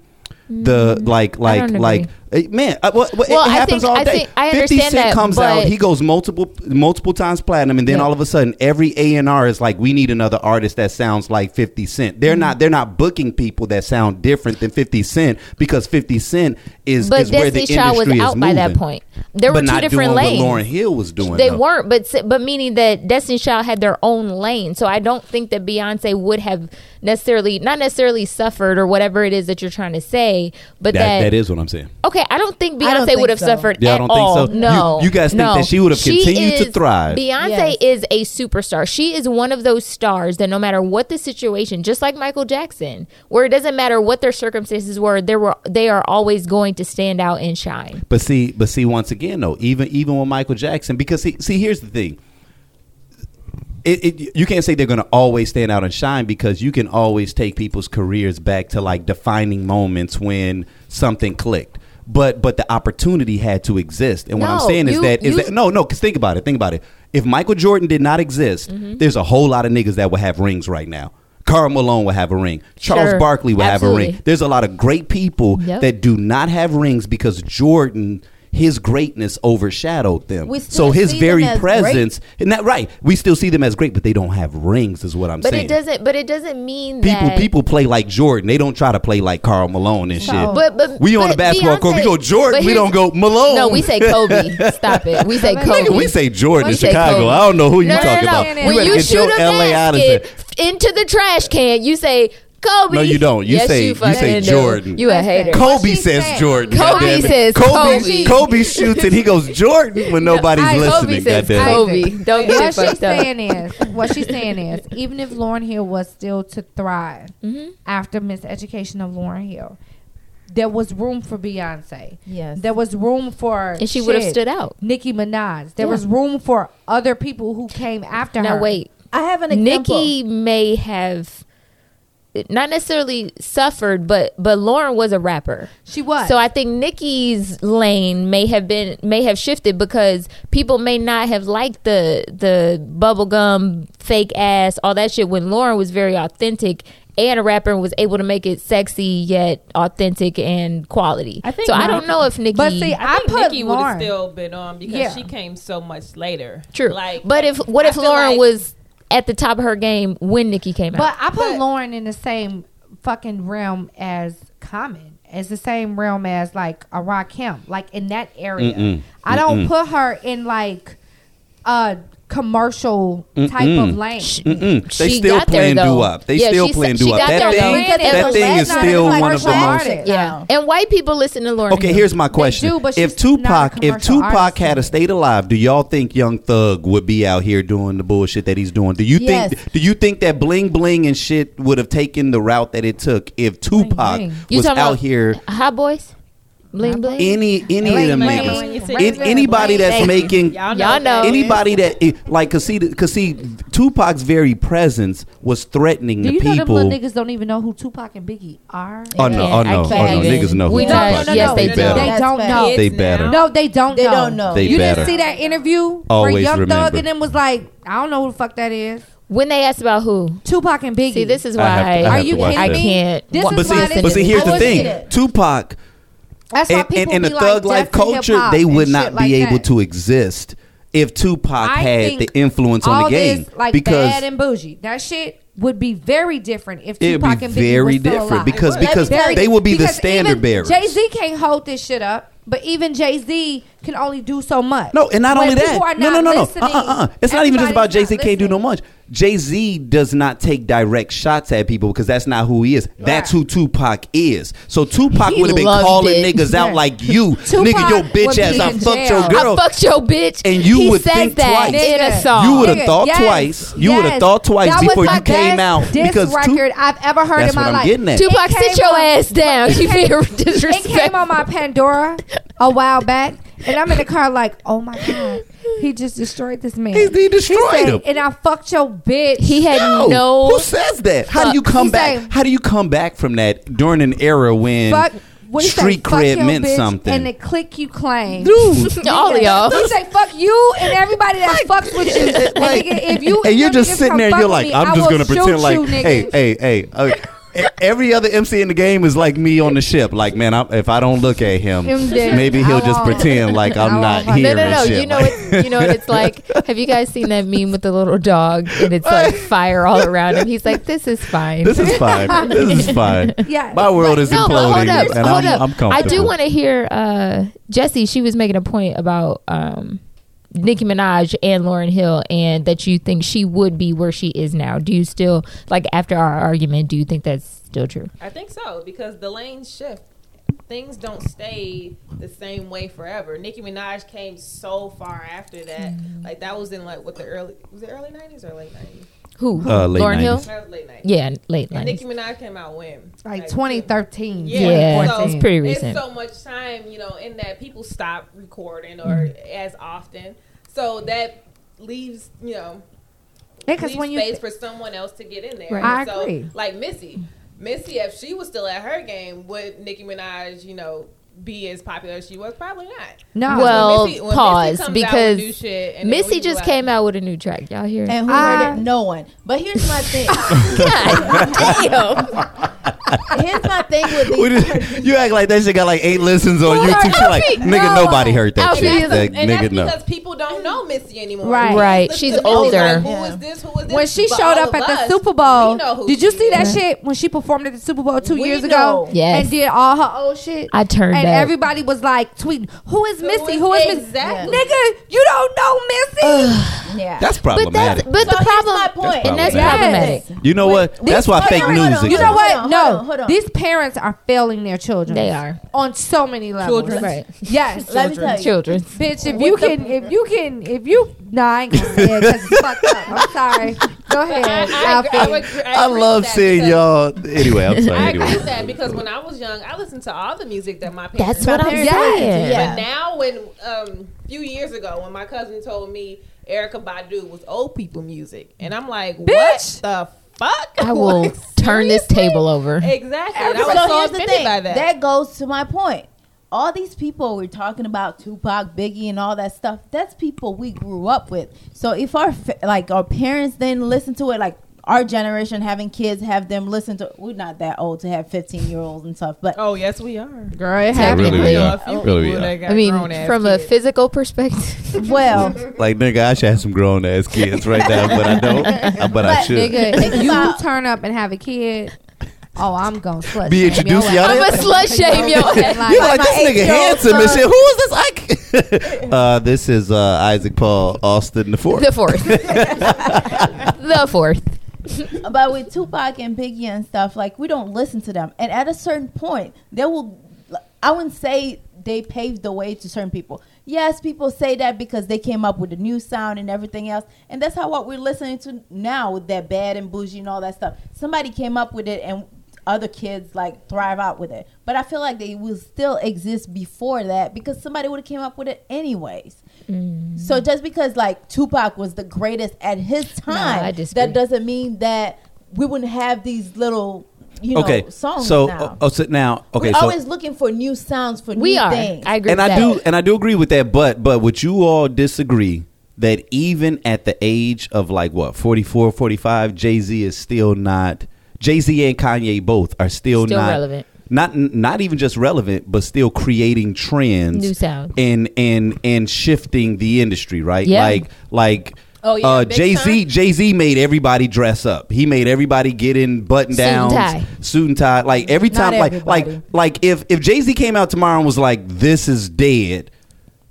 the like like Mm. don't like eh, man uh, well, well, Well, it I happens think- all I day. think- I 50 Cent understand that, comes out, but- he goes multiple multiple times platinum and then Yeah. all of a sudden every A&R is like we need another artist that sounds like 50 Cent. Mm-hmm. They're not they're not booking people that sound different than 50 Cent because 50 Cent is But is where the Destiny's Child was industry is out by that moving. point. There But were two not different doing lanes. What Lauren Hill was doing. They though. weren't, but s- but meaning that Destiny's Child had their own lane. So I don't think that Beyonce would have necessarily, not necessarily suffered or whatever it is that you're trying to say, but That, that, that is what I'm saying. Okay, I don't think I Beyonce don't think would have so. suffered Yeah, I at don't think all. so. No, You- you guys think no. that she would have continued to is- thrive. Beyonce Yes. is a superstar. She is one of those stars that no matter what the situation, just like Michael Jackson, where it doesn't matter what their circumstances were, they were they are always going to stand out and shine. But see, but see, once again, though, even even with Michael Jackson, because see, see, here's the thing. It, it, you can't say they're going to always stand out and shine because you can always take people's careers back to like defining moments when something clicked. But but the opportunity had to exist, and what I'm No, saying is you- that is you- that no no because think about it think about it. If Michael Jordan did not exist, Mm-hmm. there's a whole lot of niggas that would have rings right now. Carl Malone would have a ring. Charles Sure. Barkley would have a Absolutely. ring. There's a lot of great people Yep. that do not have rings because Jordan his greatness overshadowed them. We still so his see them very as great. presence, and that right, we still see them as great, but they don't have rings, is what I'm But saying. it doesn't. But it doesn't mean people that people play like Jordan. They don't try to play like Carl Malone and shit. No. But but Oh. we but on a basketball court, we Beyonce- go but Jordan. We here's- don't go Malone. No, we say Kobe. Stop it. We say Nigga, Kobe. Nigga, we say Jordan We in say Chicago. Kobe. I don't know who you no, no, talking no, about. No. You When better you, get shoot your a LA out of basket into the trash can, you say Kobe. No, you don't. You Yes, say- you fucking say do. Jordan. You a hater. Co- Kobe She says said- Jordan. Kobe goddamn it. says Kobe. Kobe. Kobe shoots and he goes Jordan when nobody's I- Kobe listening. says goddamn it. Kobe. Don't get what it she's fucked up. saying is, what she's saying is, even if Lauren Hill was still to thrive Mm-hmm. after miseducation of Lauren Hill, there was room for Beyonce. Yes. there was room for And she would've shit, stood out. Nicki Minaj. There Yeah. was room for other people who came after her. Now wait. I have an example. Nikki may have not necessarily suffered, but but Lauren was a rapper. she was. So I think Nikki's lane may have been may have shifted because people may not have liked the the bubblegum fake ass all that shit when Lauren was very authentic and a rapper and was able to make it sexy yet authentic and quality. I think so I Nikki- don't know if Nikki But see, I, I think put Nikki would Lauren. have still been on because Yeah. she came so much later. true. Like, but if what I if feel Lauren like- was at the top of her game when Nikki came But out? I put But- Lauren in the same fucking realm as Common. It's the same realm as like a Rakim, like in that area. Mm-mm. I don't put her in like a commercial type of lane. Mm-mm. They She still got there, playing though. do up. They Yeah, still she- playing she do up. got That there, though. thing, Granted, that but thing Lauren's is not still even, like, one of the commercial most. artist. Yeah, and white people listen to Lauren. Okay, Hill. here's my question: do, but If she's not a Tupac, if commercial Tupac artist. had a stayed alive, do y'all think Young Thug would be out here doing the bullshit that he's doing? Do you Yes. think? Do you think that bling bling and shit would have taken the route that it took if Tupac bling. You was out talking about- here? hot boys, bling bling. Any any of them Bling, niggas, bling. You see- An- anybody that's Bling. making y'all know, Y'all know. anybody that it- like, cause see, the- cause see, Tupac's very presence was threatening Do the you know them people. little niggas don't even know who Tupac and Biggie are? Oh no! Yeah, Oh I no! Oh no! can't even. Niggas know who We Tupac know. is. No, no, no, they no, better. no. They That's don't fact. know. They Kids better. now. No, they don't. They know. don't know. They you better. didn't see that interview where Always Young Thug remember. and then was like, "I don't know who the fuck that is." When they asked about who, Tupac and Biggie. see, this is I why have to- I Are have you to watch kidding I that. me? can't. This wa- But is why see, this but see, is- here's I the wouldn't thing: get it. Tupac That's why and, people and, and be the thug life like, "Death and culture, hip-hop" they and would shit not be like able that. to exist if Tupac I had the think influence on all the game. This, like because bad and bougie. That shit would be very different if it'd Tupac be and Biggie very was still different alive. because It would. because Let me tell they you, would be the standard bearers. Jay Z can't hold this shit up, but even Jay Z can only do so much. No, and not When only people are that. No, no, not no, no. Uh, listening, uh, uh. It's not even just about Jay everybody's Z not can't do no listening. much. Jay Z does not take direct shots at people because that's not who he is. That's who Tupac is. So Tupac He would have been loved calling it. niggas out Yeah. like you, nigga, your Tupac bitch would ass. be I in fucked jail. your I girl. I fucked your bitch, And you he would says think that twice. in a Nigga. song. You would have Nigga, thought yes, twice. You would have yes. thought twice That was before my you came best out diss because Tu- record I've ever heard That's in my what I'm life. getting at. Tupac, It sit came your on- ass down. it You came- being It came disrespectful. on my Pandora a while back, And I'm in the car like, oh my god, he just destroyed this man. He- he destroyed said, him. And I fucked your bitch. He had no. Who says that? How do you Fuck. come He back? say- how do you come back from that during an era when fuck. What he say, street fuck cred your meant bitch something? And the click you claim. Dude, all of y'all. He say fuck you and everybody that fucks with you. And like- nigga, if you and you're them just niggas sitting come there. and fuck You're with like, me, I I'm will just gonna shoot pretend like, you, nigga. hey, hey, hey. uh, e- Every other MC in the game is like me on the ship. Like, man, I, if I don't look at him, Him dead. maybe he'll I just won't. pretend like I I'm won't. not No, here. no, and no. shit. You know, Like- it's, you know what it's like. Have you guys seen that meme with the little dog and it's like fire all around him? He's like, "This is fine." This is fine. This is fine. Yeah. My world is no, but imploding, hold up, and hold I'm, up. I'm comfortable. I do want to hear uh, Jesse. She was making a point about um, Nicki Minaj and Lauren Hill, and that you think she would be where she is now. Do you still like after our argument? Do you think that's still true? I think so because the lanes shift. Things don't stay the same way forever. Nicki Minaj came so far after that. Mm-hmm. Like that was in like what the early was it early nineties or late nineties? Who Uh, late Lauren Hill? 90s. That was late nineties. Yeah, late And Nicki nineties. Minaj came out when Like 2013. Yeah, Yeah, so it's pretty recent. It's so much time, you know, in that people stop recording or Mm-hmm. as often, so that leaves you know Because leaves when you space for someone else to get in there. Right. I And so, agree. Like Missy, Missy, if she was still at her game, would Nicki Minaj, you know, be as popular as she was? Probably not. no, Well, Missy- when Missy pause comes out with because new shit and then we Missy go just out- came out with a new track. Y'all hear? it? And who I- heard it? No one. But here's my thing. Damn. here's my thing with these. We just- you act like that shit got like eight listens on YouTube. She like, nigga, nobody heard that Alfie shit. is a- Like, And nigga, that's no. because people don't know Missy anymore. Right. Right. Listen She's to Missy, older. Like, who Yeah. is this? Who is this? when she But showed all up of at the us, Super we Bowl, know who did you she see is. that shit when she performed at the Super Bowl two We years know. ago? Yes. and did all her old shit. I turned and up. everybody was like tweeting, "Who is Missy? Who is Missy? Exactly. Nigga, you don't know Missy." yeah. That's But that's problematic. but the So here's problem, my point. and that's That's problematic. problematic. you know what? That's why hold fake on, news hold on. exists. You know what? Hold on, no, hold on, hold on. these parents are failing their children. They are. on so many levels. Children. Right. Yes. Let me tell you. Children. Bitch, if you can, if you can, if you, no, I ain't gonna say it 'cause it's fucked up. I'm sorry. Go ahead. I, I, I, Alfie. would agree- I I agree love with that seeing because- y'all. Anyway, I'm sorry. I agree with Anyway. that because when I was young, I listened to all the music that my parents. That's what I'm parents saying. did, yeah. But now, when um, few years ago, when my cousin told me Erica Badu was old people music, and I'm like, Bitch. what the fuck? I will Like, turn this seriously? table over. Exactly. And I was so so here's the offended thing. by That. that. goes to my point. All these people we're talking about, Tupac, Biggie, and all that stuff. That's people we grew up with. So if our fa- like our parents didn't listen to it, like our generation having kids have them listen to. We're not that old to have fifteen year olds and stuff, but Oh yes, we are. Girl, it Yeah, really, We we know are. a few Really, we people are. that got I mean, grown-ass from a kids. physical perspective, well, Like, nigga, I should have some grown ass kids right now, but I don't. Uh, But I But, should. Nigga, if you about- turn up and have a kid, oh, I'm gonna slut. Be shame introduced, your y'all. I'm ass. a slut shame your ass. You like Like, my this nigga eight-year-old handsome and son. shit. Who is this? Ike? uh, this is uh, Isaac Paul Austin the fourth. the fourth, the fourth. but with Tupac and Biggie and stuff, like we don't listen to them. And at a certain point, they will. I wouldn't say they paved the way to certain people. Yes, people say that because they came up with a new sound and everything else, and that's how what we're listening to now with that bad and bougie and all that stuff. Somebody came up with it and. Other kids like thrive out with it, but I feel like they will still exist before that because somebody would have came up with it anyways. Mm. So just because like Tupac was the greatest at his time, I disagree. that doesn't mean that we wouldn't have these little you know okay, songs so now. oh, oh, so now okay, so We're always looking for new sounds for We new are. things. I agree. and with I that. do and I do agree with that. But but would you all disagree that even at the age of like what 44, 45, Jay Z is still not Jay Z and Kanye both are still, Still not relevant. Not not even just relevant, but still creating trends, New sounds. and and and shifting the industry. Right? Yeah. Like like. Oh, yeah, uh, big Jay Z, time. Jay Z made everybody dress up. He made everybody get in button Suit and downs, tie. suit and tie. Like every Not time, like everybody. like like if if Jay Z came out tomorrow and was like, "This is dead,"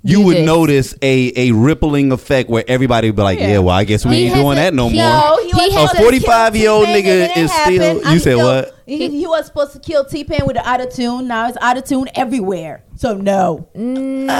you Do would this. notice a a rippling effect where everybody would be like, "Yeah, Yeah. well, I guess we He ain't doing hasn't- that no he- more." no, He he, was has supposed to a kill 45-year-old T-Pain nigga and it is happened. still- you I'm said what? He, he was supposed to kill T Pain with the auto tune. Now it's auto tune everywhere. So no,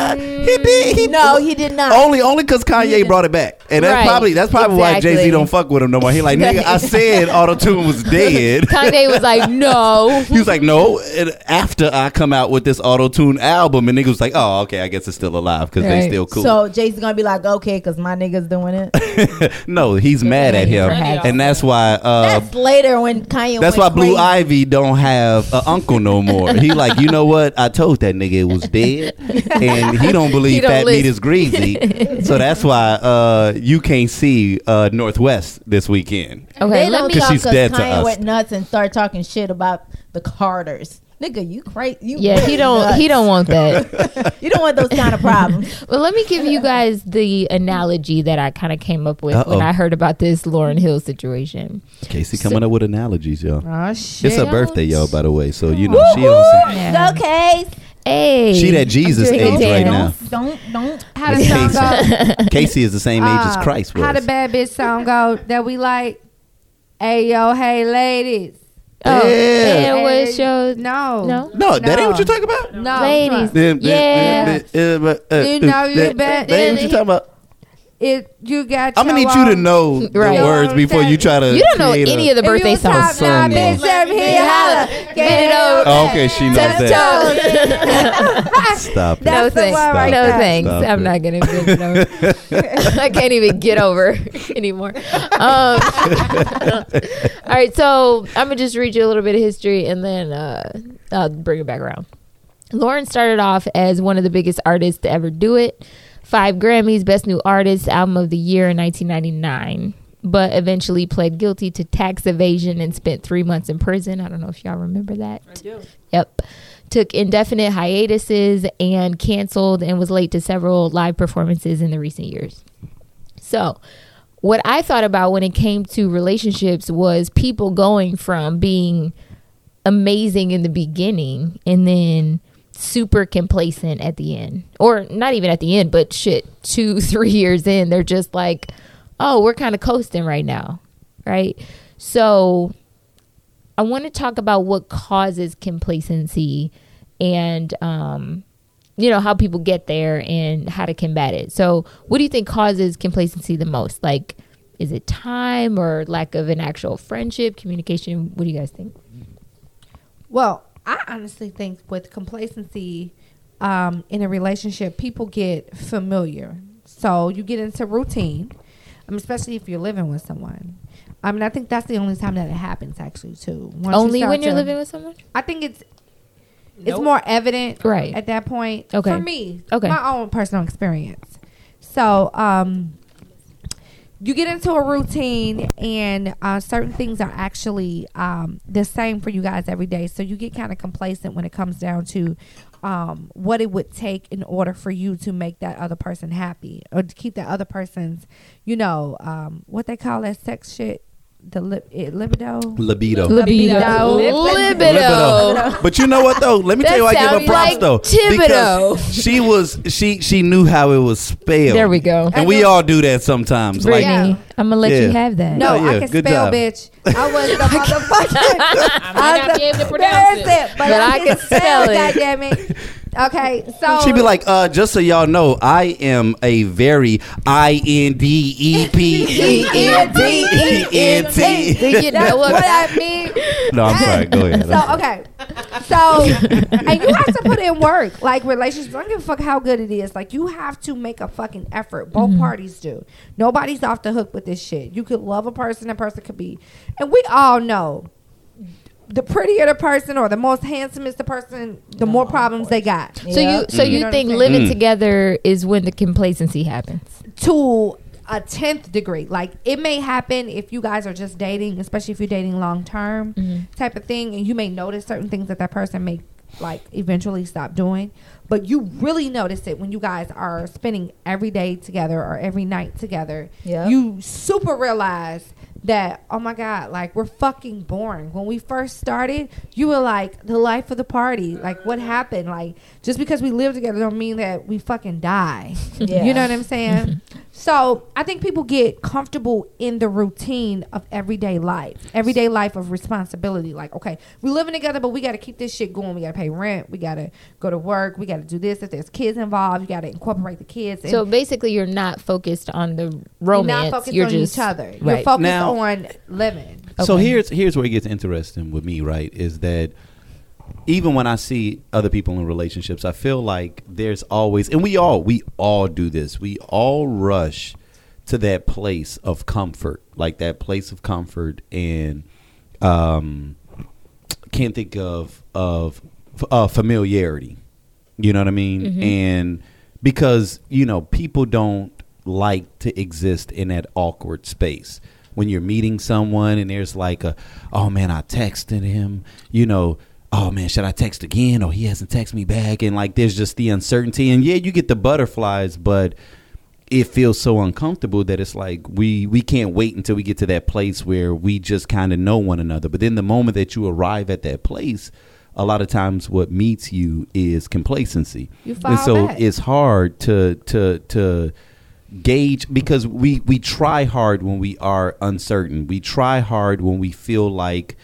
Hippie. no, he did not. Only, only because Kanye brought it back, and that's Right. probably that's probably why Jay Z Exactly. don't fuck with him no more. He like, nigga, I said auto tune was dead. Kanye was like, no. He was like, no. And after I come out with this auto tune album, and nigga was like, oh, okay, I guess it's still alive because they Right. still cool. Uh, So Jay's gonna be like, okay, because my nigga's doing it. no, he's mad at him, Right. and that's why. Uh, That's later when Kanye. that's why went Blue crazy. Ivy don't have an uncle no more. He like, you know what? I told that nigga it was dead, and he don't believe don't fat meat listen. is greasy. so that's why uh, you can't see uh, Northwest this weekend. Okay, they let don't me. Because talk she's 'cause dead to Kanye us. went nuts and started talking shit about the Carters. Nigga, you crazy? You Yeah, he went don't. He nuts. don't want that. You don't want those kind of problems. Well, let me give you guys the analogy that I kind of came up with Uh-oh. when I heard about this Lauren Hill situation. Casey coming up with analogies, y'all. Oh shit! It's her birthday, y'all, by the way. So you know she on some, Okay, Hey, she that Jesus I'm doing age a right now. dance. don't don't. How With did song Casey. go? Casey is the same age as Uh, Christ was. How the bad bitch song go that we like? Hey yo, hey ladies. Oh, Yeah. and what's your No, No? no, that ain't what you're No. talking about. no, Ladies. Then- Yeah. then- then- uh, uh, You know you then- bet. That ain't what you talking about. It you got. I'm gonna your need you to own- know the Right. words before you try to. You don't know create a- any of the If you birthday was top songs. song, notch, though. bitch, up here, holla. Get Get it it over. over. Oh, okay, she knows Touch that. Stop. That's No the thanks. one right no there. thanks. Stop I'm it. not gonna get it over. I can't even get over anymore. Um, all right, so I'm gonna just read you a little bit of history and then uh, I'll bring it back around. Lauren started off as one of the biggest artists to ever do it. Five Grammys, Best New Artist, Album of the Year in 1999, but eventually pled guilty to tax evasion and spent three months in prison. I don't know if y'all remember that. I do. Yep. Took indefinite hiatuses and canceled and was late to several live performances in the recent years. So, what I thought about when it came to relationships was people going from being amazing in the beginning and then super complacent at the end, or not even at the end, but shit, two, three years in, they're just like, oh, we're kind of coasting right now. Right. So, I want to talk about what causes complacency and, um, you know, how people get there and how to combat it. So, what do you think causes complacency the most? Like, is it time or lack of an actual friendship, communication? What do you guys think? Well, I honestly think with complacency um, in a relationship, people get familiar. So you get into routine, um, especially if you're living with someone. I mean, I think that's the only time that it happens, actually, too. Once you Only when start you're to- living with someone? I think it's it's Nope. more evident Right. at that point Okay. for me Okay. my own personal experience so um you get into a routine and uh, certain things are actually um, the same for you guys every day so you get kind of complacent when it comes down to um, what it would take in order for you to make that other person happy or to keep that other person's you know um, what they call that sex shit the lip, it, libido Libido. Libido. Libido. Libido. But you know what though? Let me tell you, why I give her sounds props like though Thibodeau. because she was she she knew how it was spelled. There we go. And we all do that sometimes. Brittany, Like Yeah. I'm going to let Yeah. you have that. No, Oh, yeah, I can good spell job. bitch. I was the motherfucker. I may not be able to pronounce it. That's but, I, can spell it. God damn it. Okay, so She'd be like, uh, just so y'all know, I am a very I N D E P E N D E N Do T. you that's know what what? I mean. No, I'm sorry. Go ahead. So okay, so and you have to put in work. Like relationships, I don't give a fuck how good it is. Like you have to make a fucking effort. Both parties do. Nobody's off the hook with this shit. You could love a person, a person could be, and we all know. The prettier the person, or the most handsomest the person, the more problems they got. So you so Mm. You you know think what I'm saying? Mm. living together is when the complacency happens? to a tenth degree. Like it may happen if you guys are just dating, especially if you're dating long term type of thing, and you may notice certain things that that person may like eventually stop doing. But you really notice it when you guys are spending every day together or every night together. Yeah. You super realize that oh my god like we're fucking boring when we first started you were like the life of the party like what happened like just because we live together don't mean that we fucking die Yeah. you know what i'm saying Mm-hmm. so i think people get comfortable in the routine of everyday life everyday life of responsibility like okay we're living together but we got to keep this shit going we got to pay rent we got to go to work we got to do this if there's kids involved you got to incorporate the kids and So basically, you're not focused on the you're romance. not focused you're on just each other you're Right. focused Now- on living So Okay. here's here's where it gets interesting with me, right? Is that even when I see other people in relationships, I feel like there's always and we all we all do this. We all rush to that place of comfort, like that place of comfort and um can't think of of f- uh, familiarity. You know what I mean? And because you know people don't like to exist in that awkward space when you're meeting someone and there's like a oh man I texted him you know oh man should I text again or he hasn't texted me back and like there's just the uncertainty and yeah you get the butterflies but it feels so uncomfortable that it's like we we can't wait until we get to that place where we just kind of know one another but then the moment that you arrive at that place a lot of times what meets you is complacency You fall and so back. it's hard to to to gauge because we we try hard when we are uncertain we try hard when we feel like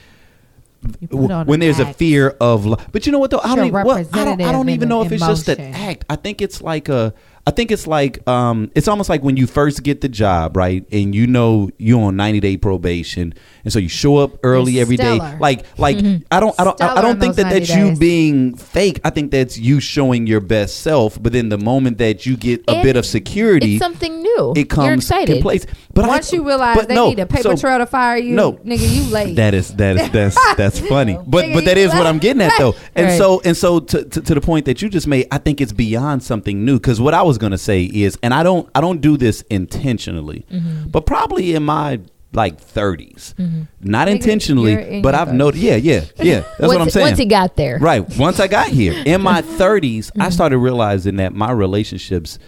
put on when an there's a act. fear of lo- but you know what though I It's don't, your even, well, I don't I representative don't in even the know if it's just that emotion. act. I think it's like a. I think it's like um, it's almost like when you first get the job, right? And you know you're on 90 day probation, and so you show up early You're every day. stellar. Like, like I don't, I don't, I- I Stellar don't in think those that 90 that's you days. being fake. I think that's you showing your best self. But then the moment that you get a And bit of security, It's something new. it comes You're excited. complacent. But Once I, you realize but they no, need a paper so- trail to fire you, no. nigga, you late. that is that is that's that's funny, but Nigga, but that you is what I'm getting at though, and Right. so and so to, to to the point that you just made, I think it's beyond something new. Because what I was gonna say is, and I don't I don't do this intentionally, Mm-hmm. but probably in my like 30s, not intentionally, you're in but your I've noticed. Yeah, yeah, yeah. That's once, what I'm saying. Once it got there, Right. Once I got here in my 30s, I started realizing that my relationships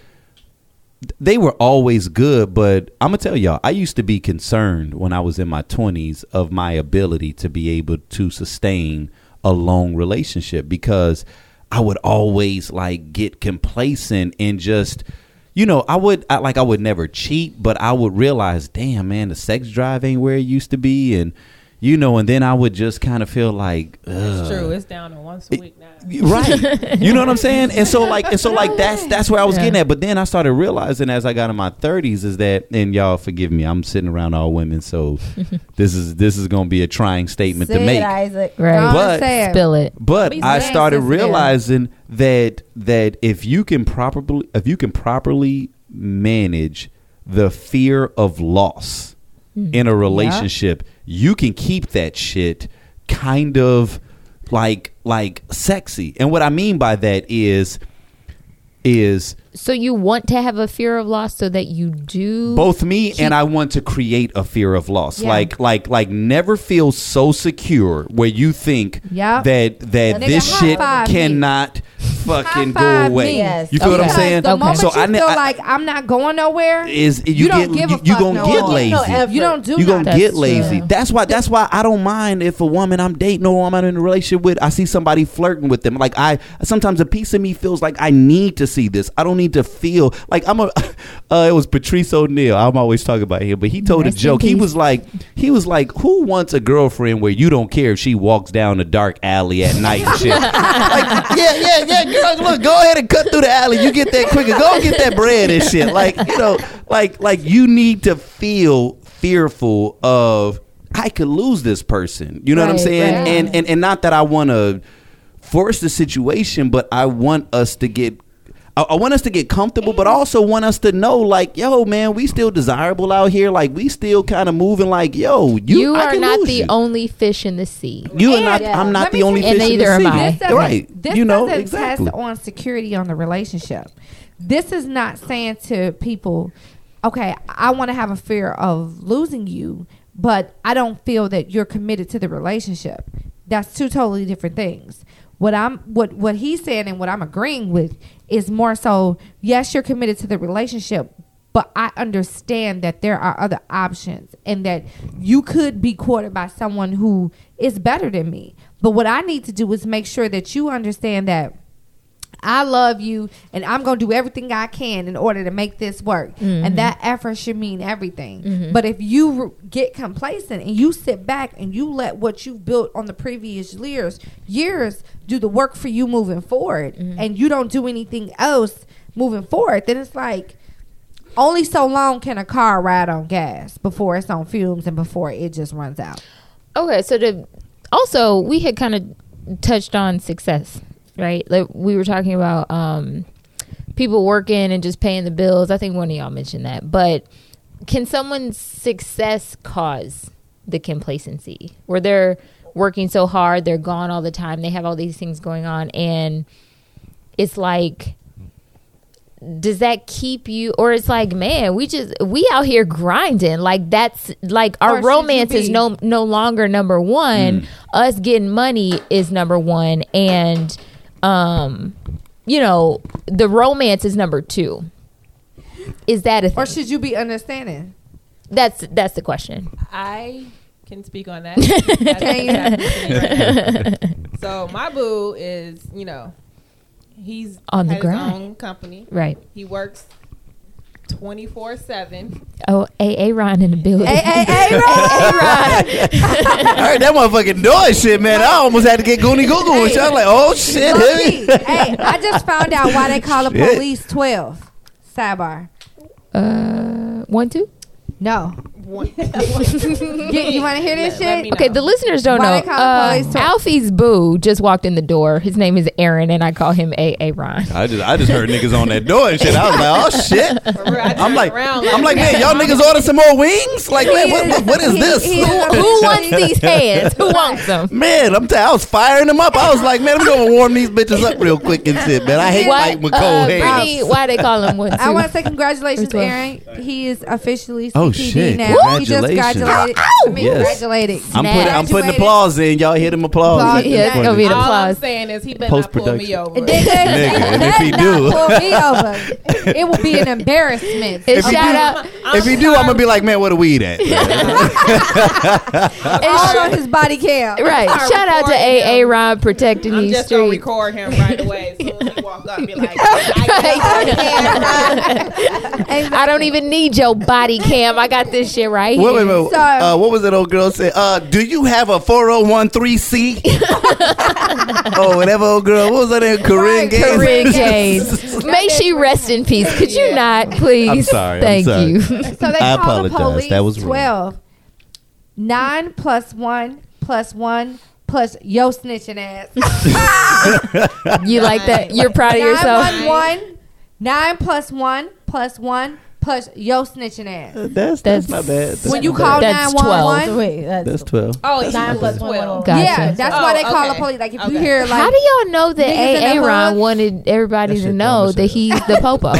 they were always good, but I'm gonna tell y'all, I used to be concerned when I was in my 20s of my ability to be able to sustain a long relationship because I would always like get complacent and just you know, I would I, like I would never cheat, but I would realize, damn man, the sex drive ain't where it used to be and you know, and then I would just kind of feel like, It's ugh. true. It's down to once a It- week now. right you know what i'm saying and so like and so like that's that's where i was Yeah. getting at but then i started realizing as i got in my 30s is that and y'all forgive me i'm sitting aroround all women so this is this is gonna be a trying statement to Say make it, Isaac. Right. But- saying. Spill it. but Be I nice, started sensitive. realizing that that if you can properly if you can properly manage the fear of loss in a relationship, you can keep that shit kind of like like sexy. And what I mean by that is is So you want to have a fear of loss so that you do both me and I want to create a fear of loss. Yeah. Like like like never feel so secure where you think Yep. that that Nigga, this high shit five me. cannot fucking go High-five away. me. Yes. You feel what I'm Okay. saying? The Okay. moment So you I ne- feel I- like I'm not going nowhere, Is you, You get don't give a you, you fuck gonna no get more. lazy? No effort. you don't do you gonna nothing. get That's lazy. true. That's why. That's why I don't mind if a woman I'm dating or I'm in a relationship with, I see somebody flirting with them. Like I sometimes a piece of me feels like I need to see this. I don't need to feel like I'm a. Uh, it was Patrice O'Neill. I'm always talking about him, but he told Rest a in joke. He peace. was like, he was like, who wants a girlfriend where you don't care if she walks down a dark alley at night and shit? like, yeah, yeah, yeah, girl, look, go ahead and cut through the alley. You get that quicker. Go get that bread and shit. Like, you know, like like you need to feel fearful of I could lose this person. You know what I'm Right, saying? right. And and and not that I want to force the situation, but I want us to get I, I want us to get comfortable, but I also want us to know, like, yo, man, we still desirable out here. Like, we still kind of moving. Like, yo, you, you, I are can not lose the you. only fish in the sea. You and not, And- I'm not Let the me only tell you- fish And in the neither am sea. I. This doesn't- Right? This you know doesn't exactly. test on security on the relationship. This is not saying to people, okay, I want to have a fear of losing you, but I don't feel that you're committed to the relationship. That's two totally different things. What I'm what what he's saying and what I'm agreeing with is more so, yes, you're committed to the relationship, But I understand that there are other options and that you could be courted by someone who is better than me. But what I need to do is make sure that you understand that I love you and I'm going to do everything I can in order to make this work. And that effort should mean everything. But if you r get complacent and you sit back and you let what you built on the previous years years do the work for you moving forward and you don't do anything else moving forward, then it's like only so long can a car ride on gas before it's on fumes and before it just runs out. Okay, so the also we had kind of touched on success, right? Like we were talking about um people working and just paying the bills. I think one of y'all mentioned that. But can someone's success cause the complacency where they're working so hard, they're gone all the time, they have all these things going on and it's like does that keep you or it's like man we just we out here grinding like that's like Or our should you romance is be? no no longer number one us getting money is number one and um you know the romance is number two is that a thing Or should you be understanding? that's that's the question I can speak on that. That's what's happening to me right now. so my boo is, you know, he's On the had his grind. own company. right He works twenty four seven. oh a a ron in the building Hey, hey, hey, Ron. I heard that motherfucking noise shit, man. I almost had to get goony goo goo. and shit. I'm like, oh shit. Low-key. hey. hey, I just found out why they call the Shit. police 12. Sidebar. uh one two No. You, you want to hear this Let- let me shit? know. Okay, the listeners don't Why they know. call the Uh, police to- Alfie's boo just walked in the door. His name is Aaron, and I call him A.A. Ron. I just I just heard niggas on that door and shit. I was like, oh shit. I'm like, I'm like, man, y'all niggas order some more wings? Like, man, what, what, what is He- this? he is- Who wants these hands? Who wants them? Man, I'm t- I was firing them up. I was like, man, I'm gonna warm these bitches up real quick and shit, man. I hate fighting with cold uh, hands. Brittany, why they call him one? Two? I want to say congratulations, Or 12. Aaron. He is officially CPD Oh, shit. now. He just Congratulations. graduated. I mean, Yes. congratulated. I'm putting I'm putting Graduated. applause in. Y'all hear them applause. Applause, at yeah, this it's point. gonna be the- All I'm Applause. saying is he better not pull me Post-production. over. Nigga, Nigga, and if he that's do- not pull me over. It will be an embarrassment. And you shout do- out. if you do, I'm gonna be like, man, what are we at? All on his body cam. Right. I'm Shout out to recording A.A. um, him. Ron protecting I'm these just gonna streets. record him right away. As soon as he walk up, be like, I I don't even need your body cam. I got this shit right Wait, wait, here. wait. So- Uh, what was that old girl said? Uh, do you have a 4013C? oh, whatever old girl. What was that name? Corinne Right, Gaines? Corinne Gaines. May she rest in peace. Could you not, please? I'm sorry, I'm Thank sorry. you. So they I call the apologize. police That was wrong. 12. 9 plus 1 plus 1 plus yo snitching ass. You like that? You're proud of Nine yourself. one one. Nine plus one plus one plus yo snitching ass. That's, that's That's- not bad. That's When you not call bad. That's nine one one, Wait, that's, that's 12. oh, he Nine was plus one, one, twelve. Gotcha. yeah, that's why Oh, they call okay. the police. Like if you Okay. hear like How do y'all know that niggas in the A.A. Ron hood? wanted everybody That to shit know dumb as that hell. he's the popo?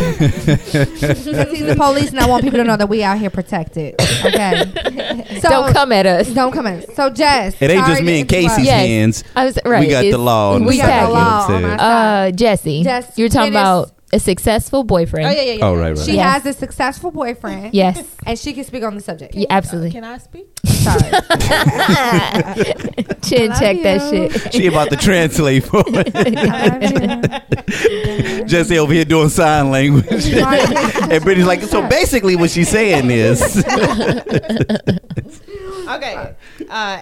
he's the police, and I want people to know that we out here protected. Okay, so Don't come at us. Don't come in. So Jess, It ain't just sorry me to and Casey's interrupt. Yes. hands. I was right. We got the it's- law We on the We side. got got the you know what law I'm on saying? my side. Uh, Jesse, Just you're talking finish- about a successful boyfriend. Oh yeah, yeah, yeah. Oh, right, right. She Yes. has a successful boyfriend, Yes, and she can speak on the subject. Yeah, absolutely. Can I speak? Sorry. Chin Love check that you. shit. She about to translate for me. Jesse over here doing sign language. and Brittany's like, so basically what she's saying is. Okay. Uh,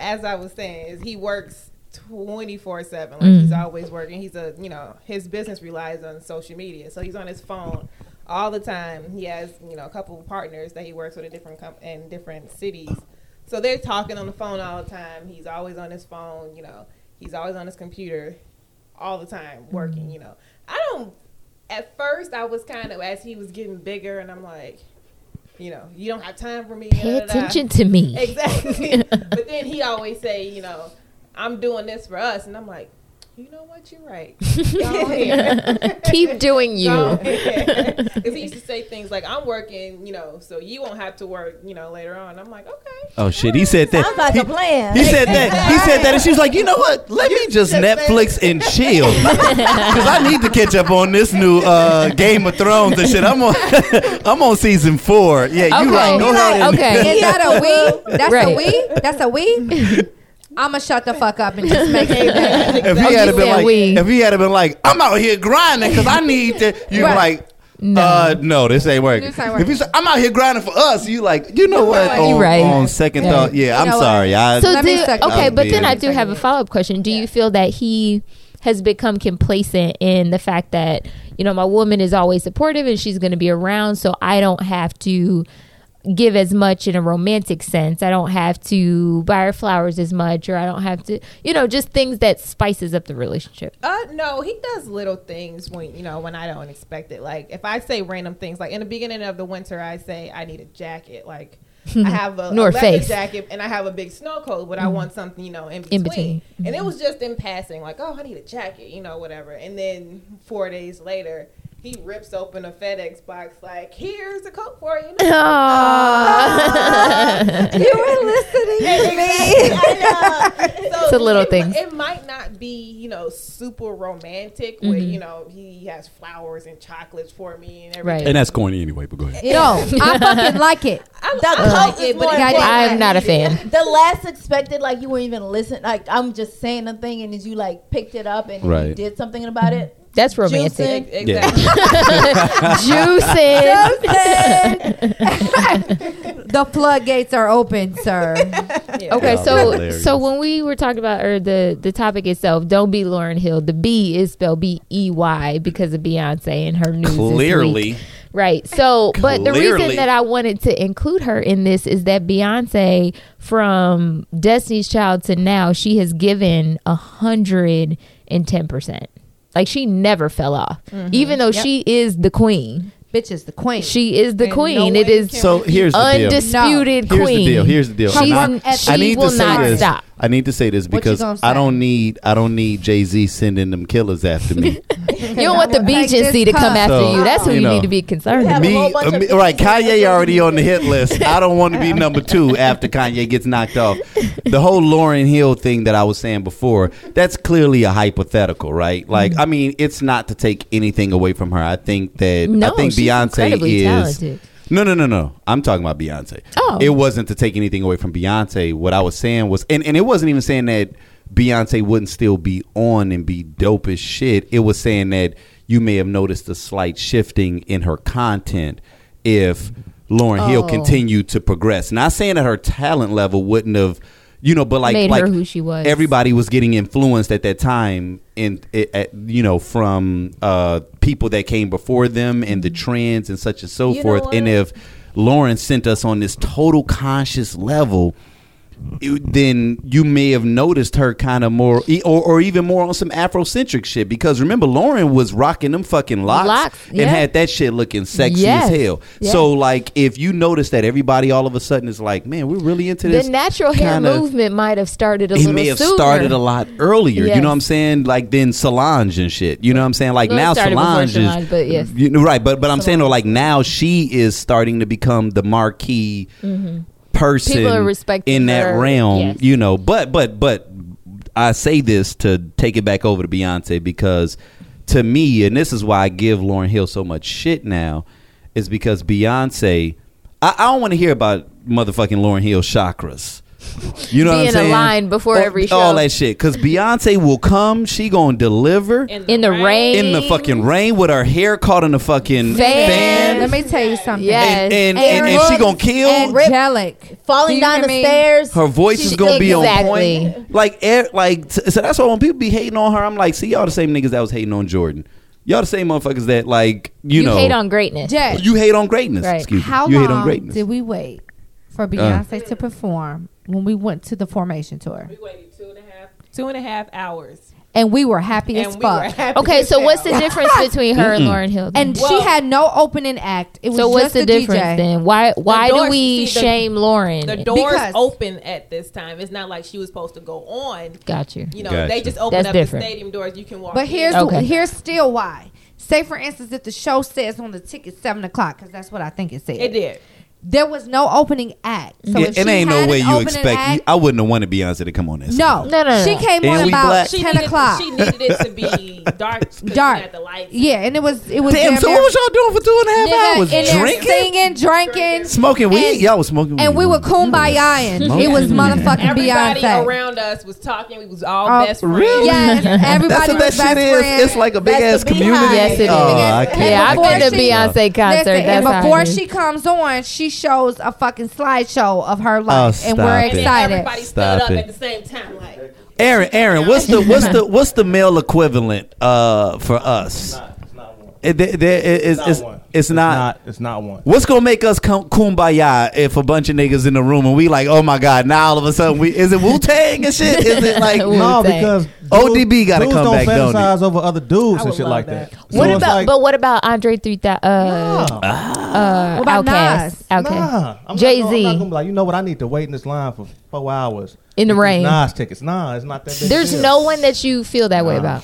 as I was saying, is he works twenty four seven. Like he's Mm. always working. He's a you know his business relies on social media, so he's on his phone all the time. He has you know a couple of partners that he works with in different com- in different cities. So they're talking on the phone all the time. He's always on his phone. You know, he's always on his computer all the time Mm. working. You know, I don't. At first, I was kind of as he was getting bigger, and I'm like, you know, you don't have time for me. Pay da, da, da. attention to me. Exactly. but then he always say, you know, I'm doing this for us, and I'm like, You know what? You're right. Go ahead. Keep doing you. Go ahead. 'Cause he used to say things like, "I'm working," you know, so you won't have to work, you know, later on. I'm like, okay. Oh shit, he said that. Sounds like he, a plan. he said that. He said that, and she was like, "You know what? Let me just Netflix and chill, because I need to catch up on this new uh, Game of Thrones and shit. I'm on, I'm on season four. Yeah, you Okay. right. Go ahead. and- Okay. Is that a we? That's a Right. we? That's a we? I'ma shut the fuck up and just make it. If he had You been said like, we. if he had been like, I'm out here grinding because I need to. You Right. like. Uh no, this ain't working. This ain't working. If you say, I'm out here grinding for us, you like you know what? right. On, You right. on second Yeah. thought, yeah, I'm know what? sorry. I, So Let me do, suck it okay, up. but then Yeah. I do have a follow up question. Do you feel that he has become complacent in the fact that you know my woman is always supportive and she's going to be around, so I don't have to give as much in a romantic sense. I don't have to buy her flowers as much, or I don't have to, you know, just things that spices up the relationship. Uh, no, he does little things when you know when I don't expect it. Like if I say random things, like in the beginning of the winter, I say I need a jacket. Like I have a, a North leather Face. Mm-hmm. jacket and I have a big snow coat, but I want something you know in between. In between. Mm-hmm. And it was just in passing, like oh I need a jacket, you know whatever. And then four days later. He rips open a FedEx box like, "Here's a coat for you." You you were listening to me. uh, it's a little it, thing. It might not be, you know, super romantic where, Mm-hmm. you know, he has flowers and chocolates for me and everything. Right. that's corny anyway. But go ahead. No, I fucking like it. I, The I like coat it, is but more it important. wasn't- I'm not a fan. The last expected, like you weren't even listening. Like I'm just saying the thing, and as you like picked it up and you Right. did something about it. That's romantic. Ex- Exactly. Juicing. The floodgates are open, sir. Okay, Yeah, so hilarious. so when we were talking about or the the topic itself, don't be Lauren Hill. The B is spelled B E Y because of Beyonce and her news. this week. Clearly, right? So, but the reason Clearly. that I wanted to include her in this is that Beyonce, from Destiny's Child to now, she has given a hundred and ten percent. Like she never fell off, Mm-hmm. even though she is the queen. Bitch is the queen. She is the And no queen. it way is can- so here's the deal. undisputed Here's queen. the deal. Here's the deal. She's, And I- she I need will to say not this. stop. I need to say this you because gonna I say? don't need I don't need Jay Z sending them killers after me. You don't want the Like beach this agency to come cup. after So, you. That's who you you, know, need to be concerned we have about. a me, whole bunch of uh, me- people right? who say Kanye that already doesn't on the hit list. I don't want to be number two after Kanye gets knocked off. The whole Lauren Hill thing that I was saying before, that's clearly a hypothetical, right? Like, Mm-hmm. I mean, it's not to take anything away from her. I think that No, I think she's Beyonce incredibly is. talented. No, no, no, no. I'm talking about Beyonce. Oh. It wasn't to take anything away from Beyonce. What I was saying was, and, and it wasn't even saying that Beyonce wouldn't still be on and be dope as shit. It was saying that you may have noticed a slight shifting in her content if Lauren Hill Oh. continued to progress. Not saying that her talent level wouldn't have, you know, but like, Made her like who she was. Everybody was getting influenced at that time, and it- at, you know, from uh, people that came before them and the trends and such and so know forth. And what? if Lauren sent us on this total conscious level, you- then you may have noticed her kind of more, e- or, or even more on some Afrocentric shit. Because remember, Lauren was rocking them fucking locks, Locks, yeah. and had that shit looking sexy Yes, as hell. yes. So, like, if you notice that everybody all of a sudden is like, man, we're really into this. The natural hair kinda- movement might have started a He little may have sooner. started a lot earlier. Yes. You know what I'm saying? Like then Solange and shit. You know what I'm saying? Like Well, it now started before Solange, Solange, is, but yes. you know, right. But but I'm saying though, like now she is starting to become the marquee person Mm-hmm. People are respecting in that her. realm. Yes. You know, but but but I say this to take it back over to Beyonce because to me, and this is why I give Lauren Hill so much shit now, is because Beyonce. I, I don't want to hear about motherfucking Lauren Hill chakras. You know Being what I'm saying? aligned before All- every All show. that shit. Because Beyonce will come, she gonna deliver in, In the rain. the fucking rain with her hair caught in the fucking Fan. fan. Let me tell you something. Yeah. And, and, Yes. and, and she And gonna kill. Angelic. Do Falling you down hear the me? stairs. her voice She- is gonna be on exactly. point. Like, air, like t- so that's why when people be hating on her, I'm like, see, y'all the same niggas that was hating on Jordan. Y'all the same motherfuckers that like you, You, know hate on greatness. Jay, you hate on greatness. Right. Excuse me. how you hate on long greatness. Uh. did we wait for Beyonce to perform when we went to the formation tour? We waited two and a half, two and a half hours. and we were happy and as we fuck. were happy. Okay, as so what's the hell. difference between her and Lauren Hill? then? and Well- she had no opening act. It was so what's just the, difference DJ. then? Why why door- do we see, the- shame Lauren? The doors Because- open at this time. It's not like she was supposed to go on. Got you. You know, Gotcha. they just opened That's up different. the stadium doors. You can walk. But in. here's Okay. here's still why. Say for instance, if the show says on the ticket seven o'clock, because that's what I think it said. it did. There was no opening act. So Yeah, if it she ain't no had way an you opening expect. act- you- I wouldn't have wanted Beyonce to come on this. no, No, no, She no. came And on we about black. She ten needed, o'clock. She needed it to be dark. 'cause she Dark. Had the lights. yeah, and it was it was Damn. damn So near- what was y'all doing for two and a nigga half hours? in there Drinking, singing, drinking, smoking weed. and- y'all was smoking weed. and we were wasn't you? kumbayaing. Mm-hmm. Smoking It was weed. motherfucking Everybody Beyonce. around us was talking. We was all Oh, best friends. really? Yes, everybody That's what that was best shit is. friends. It's like a big That's ass the community. beehive. Yes, it is. Oh, I can't. yeah, I've beyond- been to before Beyonce concert. Listen, That's and how before it is. she comes on, she shows a fucking slideshow of her life, and we're Oh, stop it. And then excited. everybody stood Stop up it. at the same time. Like Aaron, Aaron, what's the what's the what's the male equivalent uh, for us? It's not one. It, there- there- it- it's, Not it's, one. it's not. It's not one. What's gonna make us come kumbaya if a bunch of niggas in the room and we like, oh my god, now all of a sudden we is it Wu Tang and shit? Is it like Wu- No, Wu-Tang. because ODB gotta dudes come don't back, don't fantasize over other dudes and would shit love like that. that. what it's about like, but what about Andre 3000 uh uh What about Outkast? Nas? Nah, I'm Jay-Z. Not gonna, I'm not gonna be like, you know what? I need to wait in this line for four hours In the Get these rain. Nas tickets. Nah, it's not that. Big There's deal. no one that you feel that way about.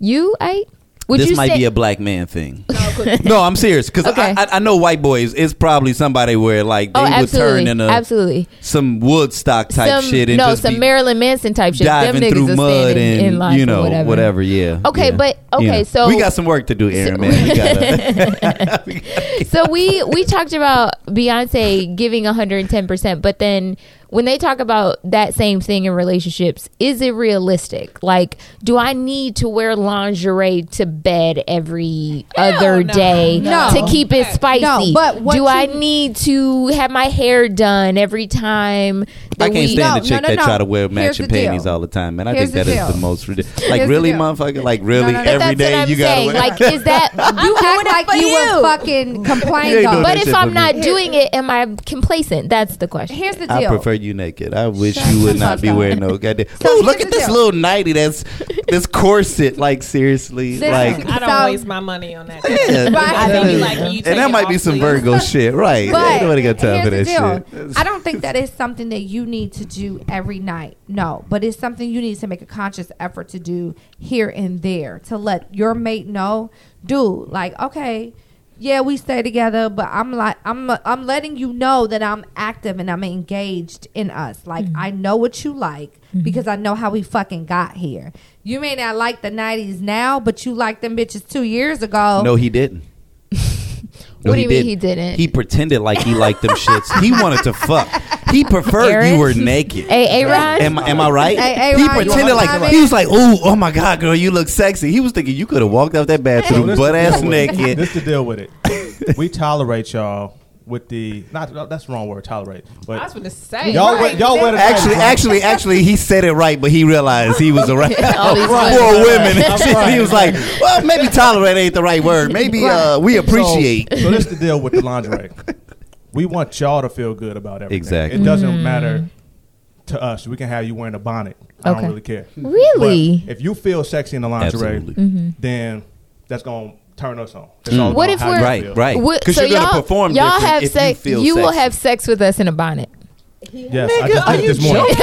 You, I would this you might say be a black man thing. no, 'cause no, I'm serious because Okay. I, I, I know white boys. It's probably somebody where like they Oh, would turn absolutely. into absolutely. some Woodstock type some, shit and no, just some be Marilyn Manson type shit. Them diving niggas through are mud standing and in line you for know whatever. whatever. Yeah. Okay, yeah, but- okay, yeah. so- we got some work to do, Aaron. so- man, we gotta, we gotta- so we we talked about Beyonce giving 110%, but then when they talk about that same thing in relationships, is it realistic? Like, do I need to wear lingerie to bed every other no. day No. to keep it spicy? No, but what do I you- need to have my hair done every time that I can't we stand No, the chick no, no, that no. try to wear Here's matching the deal. panties all the time, man. I Here's think the that is deal. the most ridiculous. Like Here's the really, deal. motherfucker. Like really, no, no. But every that's day what I'm you gotta saying. wear. Like, is that You act it like for you, you. were fucking complained You ain't of. doing But But if shit I'm for not me. doing it, am I complacent? That's the question. here's the deal. I prefer you naked. I wish Shut you would the not fuck be up. wearing no goddamn. So Ooh, here's look the at this deal. little nighty. That's this corset. Like seriously, Listen, like I don't So- waste my money on that. yeah. I Right. think he like you. and that might be some Virgo. Virgo shit, right? But Nobody got time for that here's the deal. shit. I don't think that is something that you need to do every night. No, but it's something you need to make a conscious effort to do here and there to let your mate know, dude. Like, okay, yeah, we stay together, but I'm like, I'm, I'm letting you know that I'm active and I'm engaged in us. Like, I know what you like because I know how we fucking got here. You may not like the '90s now, but you like them bitches two years ago. No, he didn't. What do you mean he didn't? He pretended like he liked them shits. He wanted to fuck. He preferred Aaron? you were naked. Hey, Aaron. Am, I- am I right? Hey, hey, he Ron, you pretended wanna like come in? he was like, "Oh, oh my God, girl, you look sexy." He was thinking you could have walked out that So bathroom this butt the ass deal with it. naked. This the deal with it. We tolerate y'all with the not. That's the wrong word. Tolerate, I was but gonna say. y'all wear, right, y'all wear the Actually, clothes. actually, actually, he said it right, but he realized he was around All these women. poor women. Right. Right. he was like, "Well, maybe tolerate ain't the right word. Maybe uh, we appreciate." So, so this the deal with the lingerie. we want y'all to feel good about everything. Exactly. It doesn't Mm. matter to us. We can have you wearing a bonnet. I Okay. don't really care. Really? Mm-hmm. But if you feel sexy in the lingerie, Absolutely. Mm. then that's gonna turn us on. It's all What about if how we're you Right, feel. right. What- 'Cause so you're gonna y'all- perform Y'all different have if you sex. You, feel will sexy. have sex with us in a bonnet. Yes, I just did it this morning.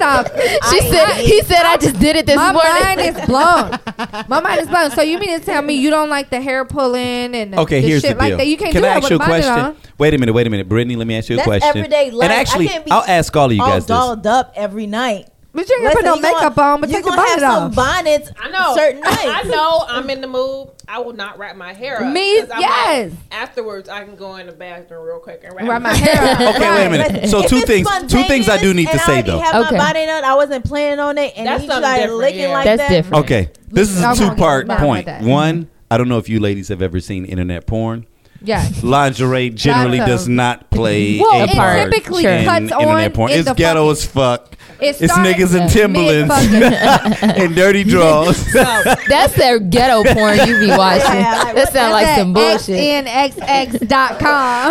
off, She said. He said. I just did it this My mind morning. is blown. My mind is blown. So you mean to tell me you don't like the hair pulling and the, Okay, the here's shit the deal. like that? You can't Can do I that ask with you a a bonnet question? on. Wait a minute, wait a minute, Brittany. Let me ask you a That's question. everyday life. And I actually, can't be will ask all of you all guys this. dolled up every night. But you ain't gonna Listen, put no you gonna- makeup on, but you take the gonna have bonnet some off. bonnets. I know. certain nights. I know. I'm in the mood. I will not wrap my hair up. Me, 'cause I'm yes. like, afterwards, I can go in the bathroom real quick and wrap, Wrap my hair up. Okay, wait a minute. Listen, So if two it's things- two things I do need to spontaneous say, and I though. already Have Okay. my bonnet on. I wasn't planning on it, and That's he something started different, licking yeah. like That's that. different. Okay, this is I a won't get two part mad with point. that. One, I don't know if you ladies have ever seen internet porn, Yeah. lingerie generally Lots of- does not play Well, a it part typically in cuts on internet porn. in It's the ghetto fucking- as fuck. It It's started niggas in Timberlands mid-fucking- and dirty draws. That's that ghetto porn you be watching. that sound like some That's bullshit. at XNXX.com.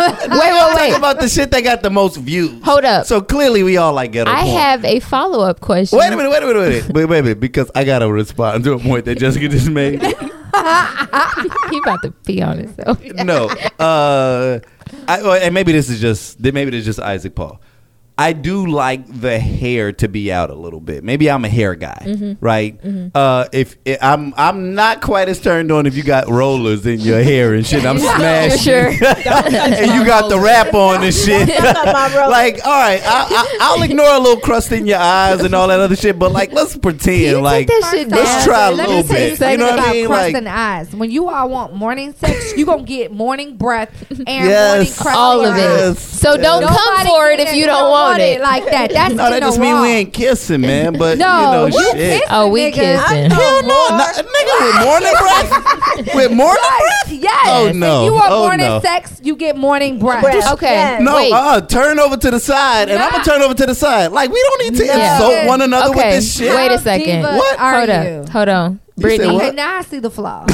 Wait, wait, Talk wait. about the shit that got the most views. Hold up. So clearly, we all like ghetto I porn. have a follow up question. Wait a minute, wait a minute, wait a minute. Wait, wait a minute, because I gotta respond to a point that Jessica just made. he about to pee on himself. no. Uh, I, well, and maybe this is just then maybe this is just Isaac Paul. I do like the hair to be out a little bit. Maybe I'm a hair guy, Mm-hmm. right? Uh, if i I'm, I'm not quite as turned on if you got rollers in your hair and shit. I'm smashing, Sure. and you got the wrap on and shit. Not my roller. like, all right, I, I, I'll ignore a little crust in your eyes and all that other shit, but like, let's Can you pretend take like that shit let's down? try a Let little me tell you bit. something You know what I about mean? Like- crust and eyes. When you all want morning sex, you gonna get morning breath and morning Yes. crust. All in of it. your eyes. Yes, So don't yes. come Nobody for it get if you don't want it. like that. That's No, that in a just mean wrong. we ain't kissing, man. But No, you know, you shit. kissing, Oh, we nigga. kissing. Hell no, not- a nigga with morning breath. With morning breath. Yes. Oh, If no. you want Oh, morning no. sex, you get morning breath. Breath. Okay. Yes. No, Wait. uh, turn over to the side, and I'm gonna turn over to the side. Like we don't need to Yeah. insult one another Okay. with this shit. Wait a How second. diva What? Are Hold you? up. Hold on. You said Brittany, what? Okay, now I see the flaw.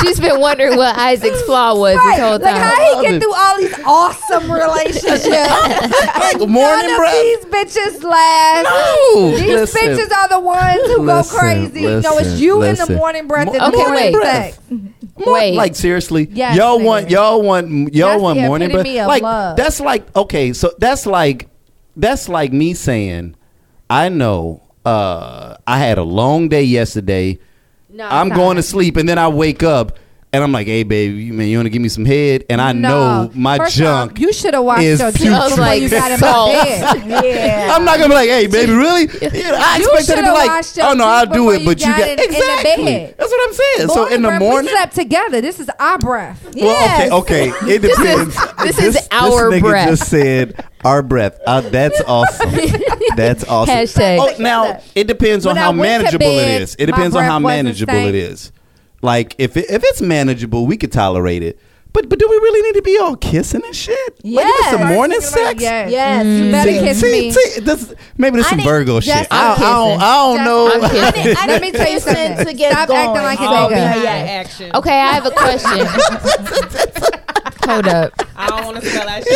she's been wondering what Isaac's flaw was this whole right. Like time. I how love he get it. through all these awesome relationships. Like None morning of breath. these bitches last. No. These Listen. bitches are the ones who Listen, go crazy. no, it's listen, you in listen. the morning breath and Mo- okay, the morning wait. sex. More- Wait. like seriously, Yes, y'all nigga. want y'all want y'all That's want the morning breath. epitome of Like love. that's like okay, so that's like that's like me saying, I know uh I had a long day yesterday. No, I'm it's going not. to sleep and then I wake up and I'm like, hey baby, you- man, you want to give me some head? And I know my First junk. off, you should have watched is your putrid. junk before you got in Salt. my bed. Yeah. I'm not gonna be like, hey, baby, really? Yeah, I You expect her to be shoulda like, washed your oh no, teeth I'll do before it, you but you got got in- in the exactly. bed. That's what I'm saying. so in the breath, morning, we slept together. This is our breath. Yes. Well, okay, okay, it depends. this is our nigga breath. Just said our breath. Uh, that's awesome. That's awesome. Hashtag. Oh, now it depends on When I how went to manageable bed, it is. It my depends on breath how wasn't manageable stank. it is. Like if it, if it's manageable, we could tolerate it. But but do we really need to be all kissing and shit? Like, if it's Yes. some morning First, you're like, sex. yes. Yes. You better See, kiss see, me. see, this, maybe this I some need- Virgo shit. Jess, I, I I'm don't, kissing. Oh, I don't know. I'm kissing. Let me tell you Listen something. to get Stop acting going. like a Oh, All nigga. behind yeah. action. Okay, I have a question. Hold up. I don't want to spell that shit.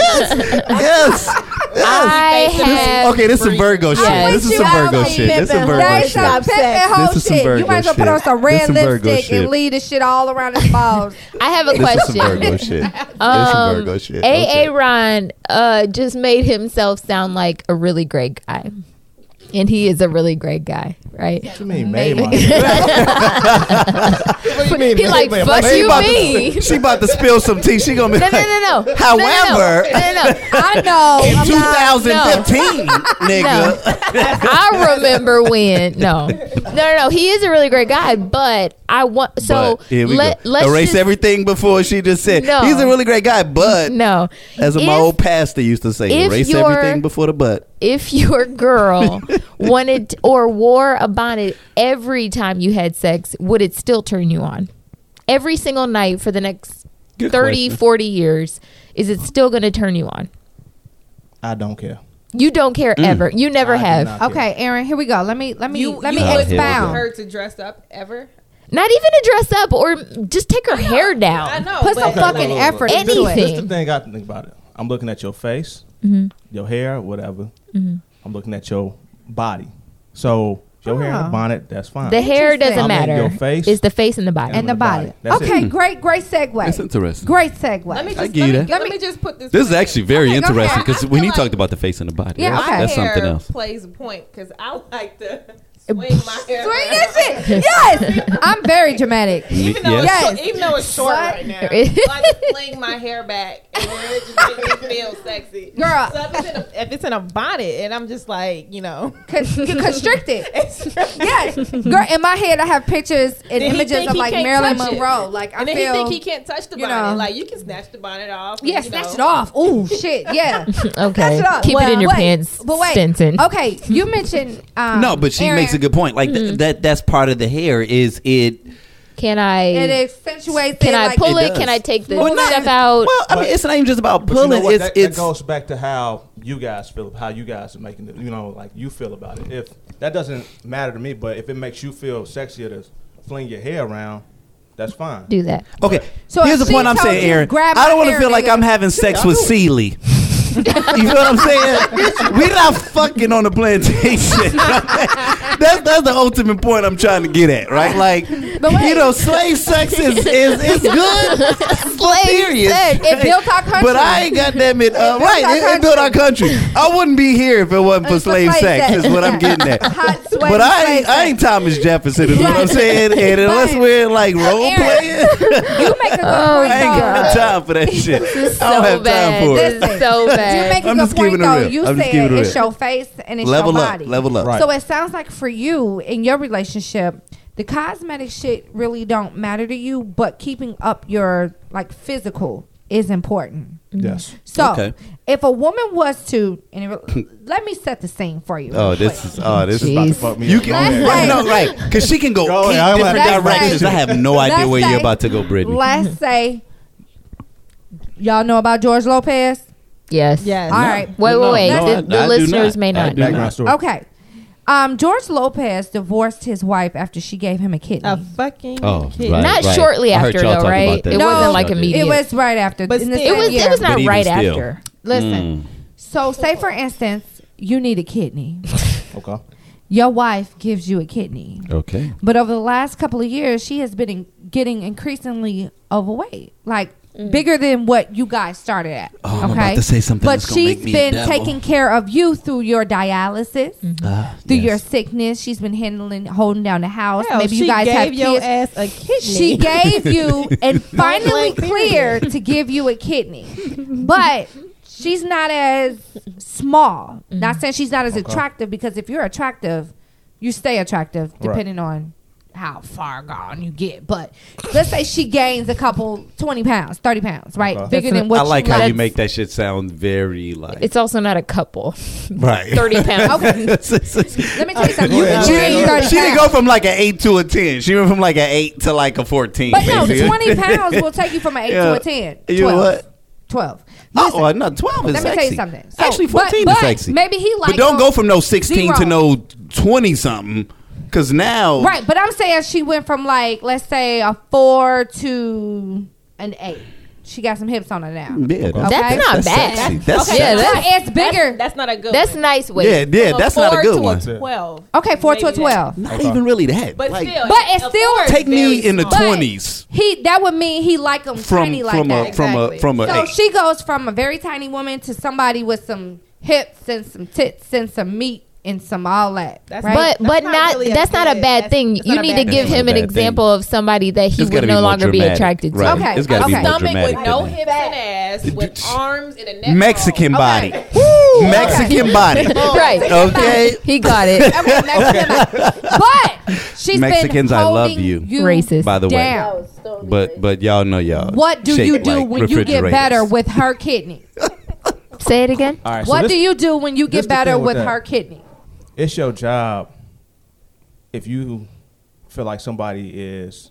yes. I This- have. Okay, this is some Virgo shit. I'm This is with you. some I Virgo don't shit. This is some even Virgo That's like shit. that. some pimp and This hoe is some shit. You Virgo might as well put shit. on some red This some Virgo lipstick and shit. leave the shit all around his balls. I have a This is some Virgo question. shit. This is some Um, Virgo shit. AA Okay. Ron uh, just made himself sound like a really great guy, and he is a really great guy, right? What you mean, May? my- what do you mean, He May, like my- fuck Like, she you about mean. To, she about to spill some tea. She gonna be No, no, like, no, no. However- no, no, no. no, no, no. I know. in 2015, nigga. I remember when. No, no, no, no. He is a really great guy, but I want so But here we let go. let's erase just- everything before she just said No. he's a really great guy, but No, as my If- old pastor used to say, if erase you're- everything before the butt. if your girl wanted or wore a bonnet every time you had sex, would it still turn you on? Every single night for the next Good thirty, forty 30, 40 question. years, is it still going to turn you on? I don't care. You don't care Mm. ever. You never I do have. not Not. care. Okay, Aaron, here we go. Let me let me You, let you me Oh, here we expect go. expound. her to dress up ever? even a dress up or just take her hair down. I know. Put but- some Okay, look, fucking look, look. effort Any- into it. Anything. Mm-hmm. This the thing I think about it. I'm looking at your face, your hair, whatever. I'm looking at your body. So your hair and Oh. the bonnet, that's fine. The hair Interesting. doesn't I'm in matter. your face. It's the face and the body. And And the the body. body. That's Okay, it. great, great segue. That's interesting. Great segue. Let me just, I let, get me, it. let me just put this. This is way. actually very Okay, go ahead. interesting because I- I when feel he like- talked about the face and the body, Yeah, that's, okay. that's hair something else. plays a point because I like to swing my hair. Swing around. that shit. Yes, I'm very dramatic. Even though, Yes. it's, even though it's short What? right now, I like to fling my hair back and it just makes me feel sexy. Girl. So if it's, in a, if it's in a bonnet and I'm just like, you know, Cons- constricted. it's, Yes, girl. In my head, I have pictures and Then he images think of he like can't Marilyn touch it. Monroe. Like I and then feel. he think he can't touch the you bonnet. know. Like you can snatch the bonnet off. yeah, and, you snatch know. it off. Oh shit. Yeah. Snatch okay. it off. Keep it in your Wait, pants, But wait. Oh. Stinson. Okay, you mentioned. Um, No, but she Aaron. Mm-hmm. makes a good point. Like th- that that's part of the hair is it Can I? It accentuates. can it, I like, pull It it? does. Can I take the Well, not- stuff out? Well, I mean, But- it's not even just about But you know pulling. what? it's that, it's that goes back to how you guys feel, how you guys are making it. You know, like you feel about it. If that doesn't matter to me, but if it makes you feel sexier to fling your hair around, that's fine. do that. okay. So here's if the point she I'm told saying, you, Aaron. grab I don't my want to hair, feel like nigga. I'm having sex with Seely. you feel what I'm saying? We're not fucking on the plantation. that's that's the ultimate point I'm trying to get at, right? Like, you know, slave sex is is, is good. Slave Period. sex. It built our country. But I ain't got damn it. Uh, It built right, our it, it built our country. I wouldn't be here if it wasn't for It's for slave slave sex. sex. Is what I'm Yeah. getting at. Hot sweat. But I slave ain't, I sex. ain't Thomas Jefferson. Is what I'm Right. saying. And unless But- we're like role Aaron, playing, You make a good Oh, I point. ain't though. got no time for that shit. I don't have bad. time for This it. is so You bad. make a I'm good just keeping point it though. real. You I'm just said keeping it it's real. your face and it's Level your up. body. Level up. Right. So it sounds like for you in your relationship, the cosmetic shit really don't matter to you, but keeping up your like physical is important. Mm-hmm. Yes. So Okay. if a woman was to, and it, let me set the scene for you. Oh, real this quick. is oh, this Jeez. is about to Fuck me You up. can Go ahead. Let's right, say- no, right, because she can go, Go eight ahead, I don't have different to- directions. I have no Let's idea where you're say- about to go, Brittany. Let's say y'all know about George Lopez. Yes. All right. Wait, No, wait, wait. no, the I- the I do listeners not. may I not. do know. Background story. Okay. Um, George Lopez divorced his wife after she gave him a kidney. A fucking Oh, kid. right. Not shortly I heard after, y'all though, talk right? about that. It No, wasn't like immediate. It was right after. But in the still- It same was. It year. was But not even right still. after. Listen. So, say for instance, you need a kidney. Okay. Your wife gives you a kidney. Okay. But over the last couple of years, she has been in, getting increasingly overweight, like Mm. bigger than what you guys started at. Oh, I'm okay? about to say something But that's gonna make she's me a been devil. taking care of you through your dialysis, Ah, through yes. your sickness. She's been handling, holding down the house. Hell, Maybe she you guys gave have your kids. ass a kidney. She gave you and finally Point blank period. cleared to give you a kidney. But she's not as small. Mm-hmm. Not saying she's not as attractive because if you're attractive, you stay attractive Right. depending on how far gone you get. But let's say she gains a couple 20 pounds, 30 pounds, right? Okay. Bigger That's than an- what I like you how you That's- make that shit sound very like It's also not a couple. right. Thirty pounds. Okay. Let me tell you something. Go ahead, She go ahead, gained go didn't, 30 she didn't pounds. go from like an eight to a ten. She went from like an eight to like a fourteen. But no, basically. 20 pounds will take you from an 8 to Yeah. a 10. 12. You know what? 12. Oh, well, no, twelve is Let sexy. me tell you something. So, Actually, but- fourteen is but sexy. Maybe he like. but don't go from no sixteen to zero. no twenty something, because now Right, but I'm saying she went from like let's say a four to an eight. She got some hips on her now. Yeah, That's not bad. Sexy. That's Okay. Yeah, sexy. that's- Her ass bigger. That's not a good. That's one. nice weight. yeah, yeah. That's four not a to good one. Twelve. okay, four to a Maybe that. twelve. Not even really that. But Like, still, But it's a still- four is take me very in the small. twenties He that would mean he like them from tiny like from that. a from a Exactly. from a so eight. she goes from a very tiny woman to somebody with some hips and some tits and some meat and some all that. That's right? But That's but not not really a that's not a bad- bad that's- thing. that's You not a need to bad give thing. him an That's not a bad example of somebody that he It's would gotta be no more longer be dramatic. attracted to. Right. Okay, It's gotta okay. be more Stomach dramatic. with no than that. hips and ass, with arms and a neck. roll. Mexican body. Okay. Mexican body. Right. Okay. He got it. Okay, Mexican body. but she's Mexicans, been I love holding you. Racist. By the way, down. but but y'all know y'all. What do shake you do like when you get refrigerators. better with her kidney? Say it again. All right. so what this- do you do when you this get the better thing with, with that. her kidney? It's your job. If you feel like somebody is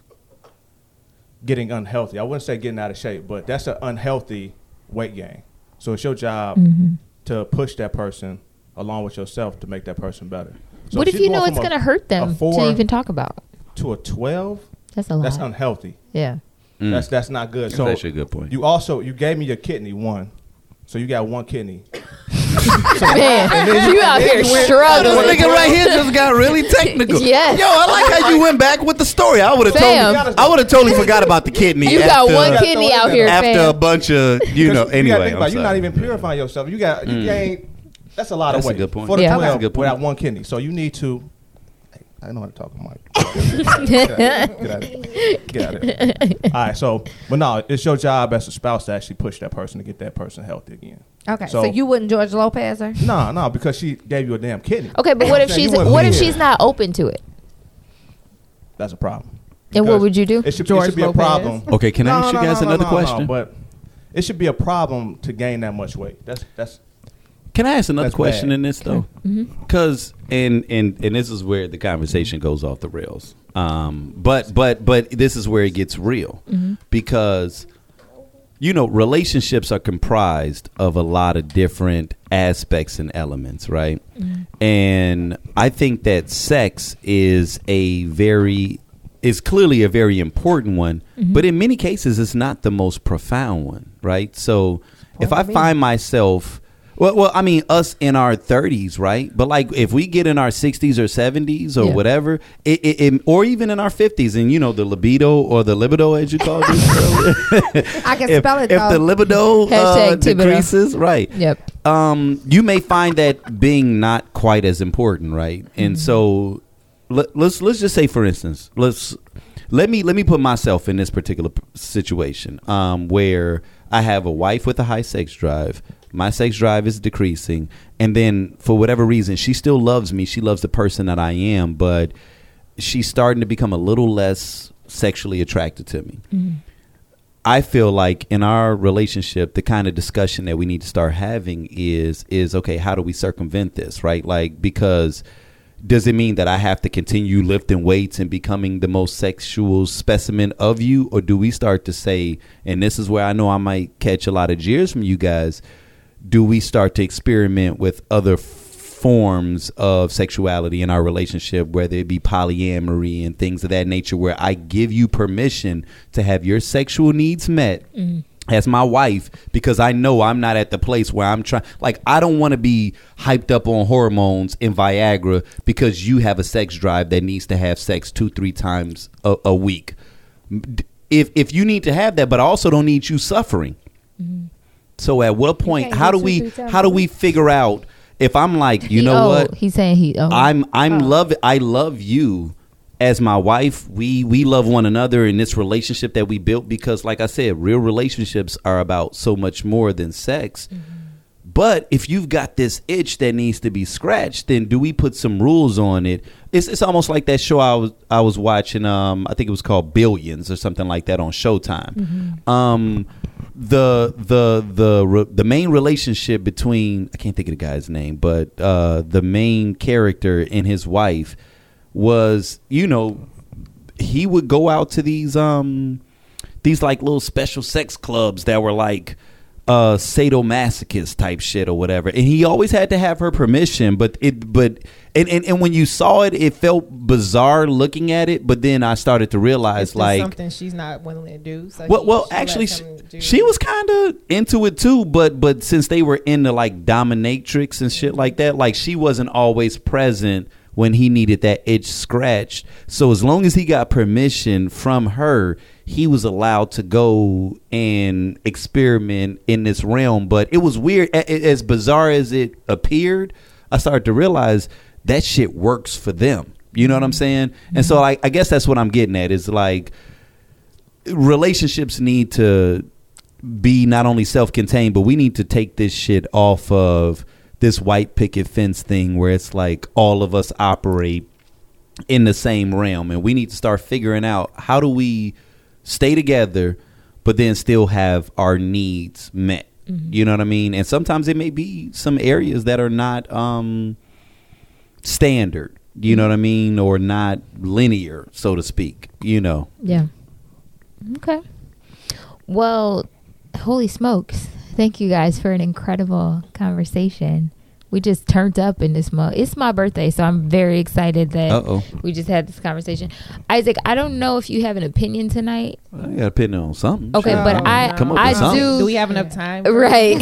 getting unhealthy, I wouldn't say getting out of shape, but that's an unhealthy weight gain. So it's your job Mm-hmm. to push that person along with yourself to make that person better. So what if she's you going know from it's a- going to hurt a them to four even talk about? to a twelve? That's a lot. That's unhealthy. yeah. That's that's not good. Mm. That's so actually a good point. You also you gave me your kidney one, so you got one kidney. Man, you out here This struggling. nigga right here just got really technical. Yes. Yo, I like how you went back with the story. I would have Fam. totally, I would have totally forgot about the kidney. You got after- one gotta kidney throw it out in here, after a fam. bunch of you know. Anyway, Because gotta think I'm about it. you're not sorry. Mm. even purifying yourself. You got you gain. That's a lot That's a of weight. good point. For the Yeah. 12 That's a good point. Without one kidney, so you need to. I know how to talk, Mike. Get out of here. Get out of here. All right, so but no, it's your job as a spouse to actually push that person to get that person healthy again. Okay, so, So- you wouldn't George Lopez her? No, no, because she gave you a damn kidney. Okay, but what if You she's wouldn't what be if here. she's not open to it? That's a problem. And what Because would you do? It should, it George should be Lopez. a problem. Okay, can I ask you guys another question? but it should be a problem to gain that much weight. That's that's Can I ask another That's question bad. in this though? Mm-hmm. Because and and and this is where the conversation goes off the rails. Um, but but but this is where it gets real Mm-hmm. because you know relationships are comprised of a lot of different aspects and elements, right? And I think that sex is a very is clearly a very important one, but in many cases, it's not the most profound one, right? So if I find myself well, well, I mean, us in our 30s, right? But like, if we get in our 60s or 70s or Yeah. whatever, it, it, it- or even in our 50s, and you know, the libido or the libido, as you call it, I can if, spell it if though. the libido uh, Hashtag Thibodeau. decreases, right? Yep. um, you may find that being not quite as important, right? Mm-hmm. And so let, let's let's just say, for instance, let's let me let me put myself in this particular p- situation um, where I have a wife with a high sex drive. My sex drive is decreasing, and then for whatever reason, she still loves me. She loves the person that I am, but she's starting to become a little less sexually attracted to me. I feel like in our relationship, the kind of discussion that we need to start having is is okay. How do we circumvent this, right? Like because does it mean that I have to continue lifting weights and becoming the most sexual specimen of you, or do we start to say, and this is where I know I might catch a lot of jeers from you guys? Do we start to experiment with other f- forms of sexuality in our relationship, whether it be polyamory and things of that nature, where I give you permission to have your sexual needs met as my wife because I know I'm not at the place where I'm trying. Like, I don't want to be hyped up on hormones and Viagra because you have a sex drive that needs to have sex two, three times a, a week. D- If, if you need to have that, but I also don't need you suffering. So at what point? can't How have do two, we? three times How do a we figure out if I'm like you He- know oh, what? He's saying he. Oh, I'm I'm love I love you as my wife. We we love one another in this relationship that we built because like I said, real relationships are about so much more than sex. Mm-hmm. But if you've got this itch that needs to be scratched, then do we put some rules on it? It's it's almost like that show I was I was watching. Um, I think it was called Billions or something like that on Showtime. Mm-hmm. Um, the the the re- the main relationship between I can't think of the guy's name, but uh, the main character and his wife was you know he would go out to these um these like little special sex clubs that were like uh sadomasochist type shit or whatever and he always had to have her permission but it but and and, and when you saw it it felt bizarre looking at it but then i started to realize It's like something she's not willing to do. So well, he- well she lets actually, she, him do- she was kind of into it too, but but since they were into like dominatrix and shit like that, like she wasn't always present when he needed that itch scratched. So as long as he got permission from her, he was allowed to go and experiment in this realm. But it was weird, a- a- as bizarre as it appeared. I started to realize that shit works for them. You know what I'm Mm-hmm. saying? And so, like, I guess that's what I'm getting at is like relationships need to be not only self-contained, but we need to take this shit off of this white picket fence thing where it's like all of us operate in the same realm and we need to start figuring out how do we stay together but then still have our needs met. You know what I mean? And sometimes it may be some areas that are not um standard, you know what I mean, or not linear, so to speak, you know. Yeah. Okay. Well, holy smokes. Thank you guys for an incredible conversation. We just turned up in this month. It's my birthday, so I'm very excited that Uh-oh. we just had this conversation. Isaac, I don't know if you have an opinion tonight. I got to pin on something. Okay, Shit. but I Come up I with something. do Do we have enough time? for it? right.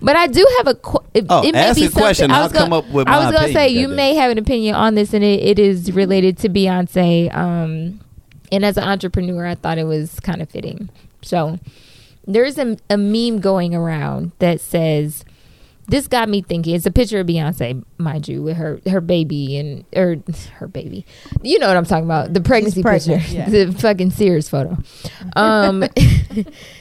but I do have a. Qu- it, Oh, it may ask be a something- question, I I'll was gonna- come up with I my was gonna opinion, say you goddamn. may have an opinion on this, and it, it is related to Beyonce. Um, and as an entrepreneur, I thought it was kind of fitting. So there's a, a meme going around that says. This got me thinking. It's a picture of Beyonce, mind you, with her her baby and or her baby. You know what I'm talking about? The pregnancy picture, pregnant, yeah. the fucking Sears photo. Um,